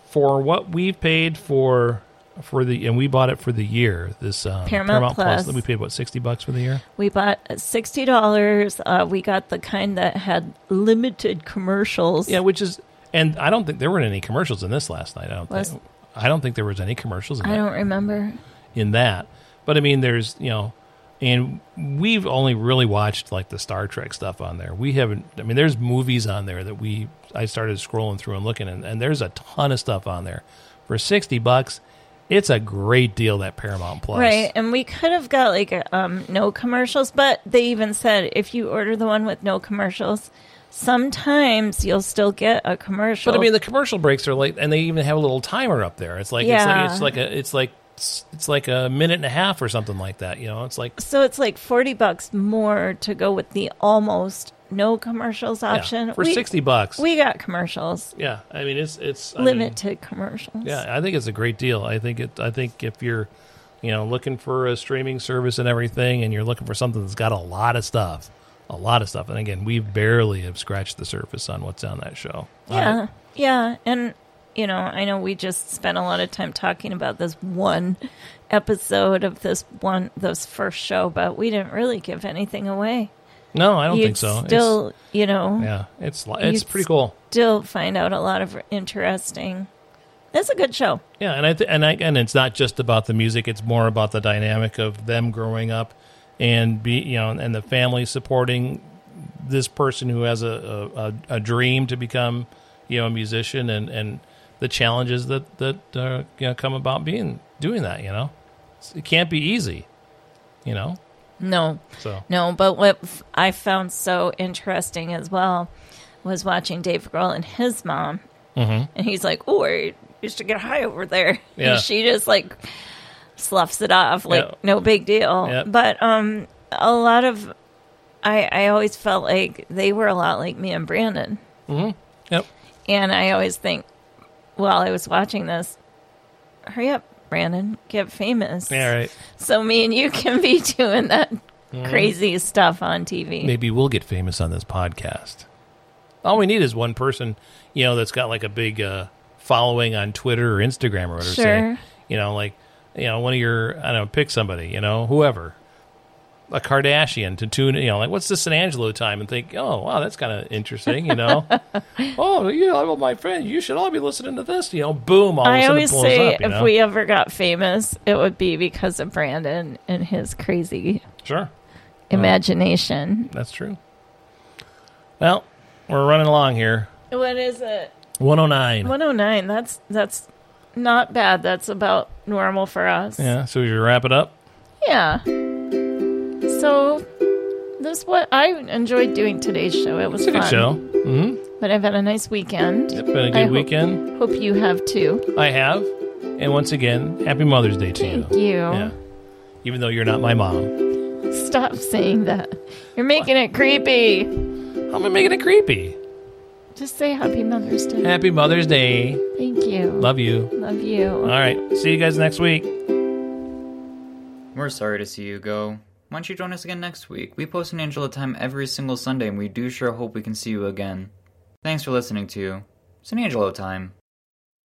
for what we've paid for for the and we bought it for the year. This um,
Paramount Plus.
that we paid what sixty bucks for the year.
we bought $60. Uh, we got the kind that had limited commercials.
Yeah, which is and I don't think there weren't any commercials in this last night. I don't
Was-
think. I don't think there was any commercials in
I
that,
don't remember.
in that. But I mean, there's you know, and we've only really watched like the Star Trek stuff on there. We haven't. I mean, there's movies on there that we I started scrolling through and looking, and, and there's a ton of stuff on there for sixty bucks. It's a great deal that Paramount Plus.
Right, and we could have got like a, um, no commercials, but they even said if you order the one with no commercials, sometimes you'll still get a commercial.
But I mean, the commercial breaks are like, and they even have a little timer up there. It's like
Yeah.
it's like it's like a it's like it's like a minute and a half or something like that. You know, it's like
So it's like 40 bucks more to go with the almost no commercials
yeah,
option.
for
we,
sixty bucks.
We got commercials,
yeah, I mean, it's it's I mean,
limited commercials.
Yeah, I think it's a great deal. I think it. I think if you're, you know, looking for a streaming service and everything, and you're looking for something that's got a lot of stuff, a lot of stuff. And again, we barely have scratched the surface on what's on that show.
Yeah.
Uh,
yeah. And, you know, I know we just spent a lot of time talking about this one episode of this one, this first show, but we didn't really give anything away.
no, I don't
You'd
think so. It's-
Still, you know,
yeah, it's li- it's
you'd
pretty cool.
still find out a lot of interesting. It's a good show.
Yeah, and I th- and I, and it's not just about the music; it's more about the dynamic of them growing up and be you know, and the family supporting this person who has a a, a, a dream to become you know a musician and and the challenges that that uh, you know come about being doing that. You know, It's- it can't be easy. You know,
No.
so
No, but what f- I found so interesting as well was watching Dave Grohl and his mom And he's like, "Ooh, I used to get high over there." *laughs*
Mm-hmm. Yeah.
And she just like sloughs it off, like
Yeah.
no big deal.
Yep.
But um, a lot of I I always felt like they were a lot like me and Brandon,
Mm-hmm. Yep.
and I always think while I was watching this, hurry up, Brandon, get famous.
Yeah, right.
So me and you can be doing that crazy stuff on TV.
Maybe we'll get famous on this podcast. All we need is one person, you know, that's got like a big uh, following on Twitter or Instagram or whatever.
Sure.
you know, like, you know, one of your, I don't know, pick somebody, you know, whoever, a Kardashian to tune, you know, like, what's this San Angelo time? And think, oh, wow, that's kind of interesting,
*laughs*
you know. oh, you know, my friend, you should all be listening to this, you know, boom, all of a
I
sudden it
always
blows
say
up, you
if
know?
we ever got famous, it would be because of Brandon and his crazy
Sure.
imagination.
That's true. Well, we're running along here.
What is it?
109.
109. That's that's not bad. That's about normal for us.
Yeah, so we should wrap it up.
Yeah. So that's what I enjoyed doing today's show. It was
It's a good
fun.
show. hmm
But I've had a nice weekend.
It's been a good
I hope-
weekend.
Hope you have too.
I have. And once again, happy Mother's Day to
Thank
you.
you.
Yeah. Even though you're not my mom.
Stop saying that. You're making it creepy.
How am I making it creepy?
Just say Happy Mother's Day.
Happy Mother's Day.
Thank you.
Love you.
Love you.
All right. See you guys next week.
We're sorry to see you go. Why don't you join us again next week? We post an Angela Time every single Sunday, and we do sure hope we can see you again. Thanks for listening to It's an Angelo Time.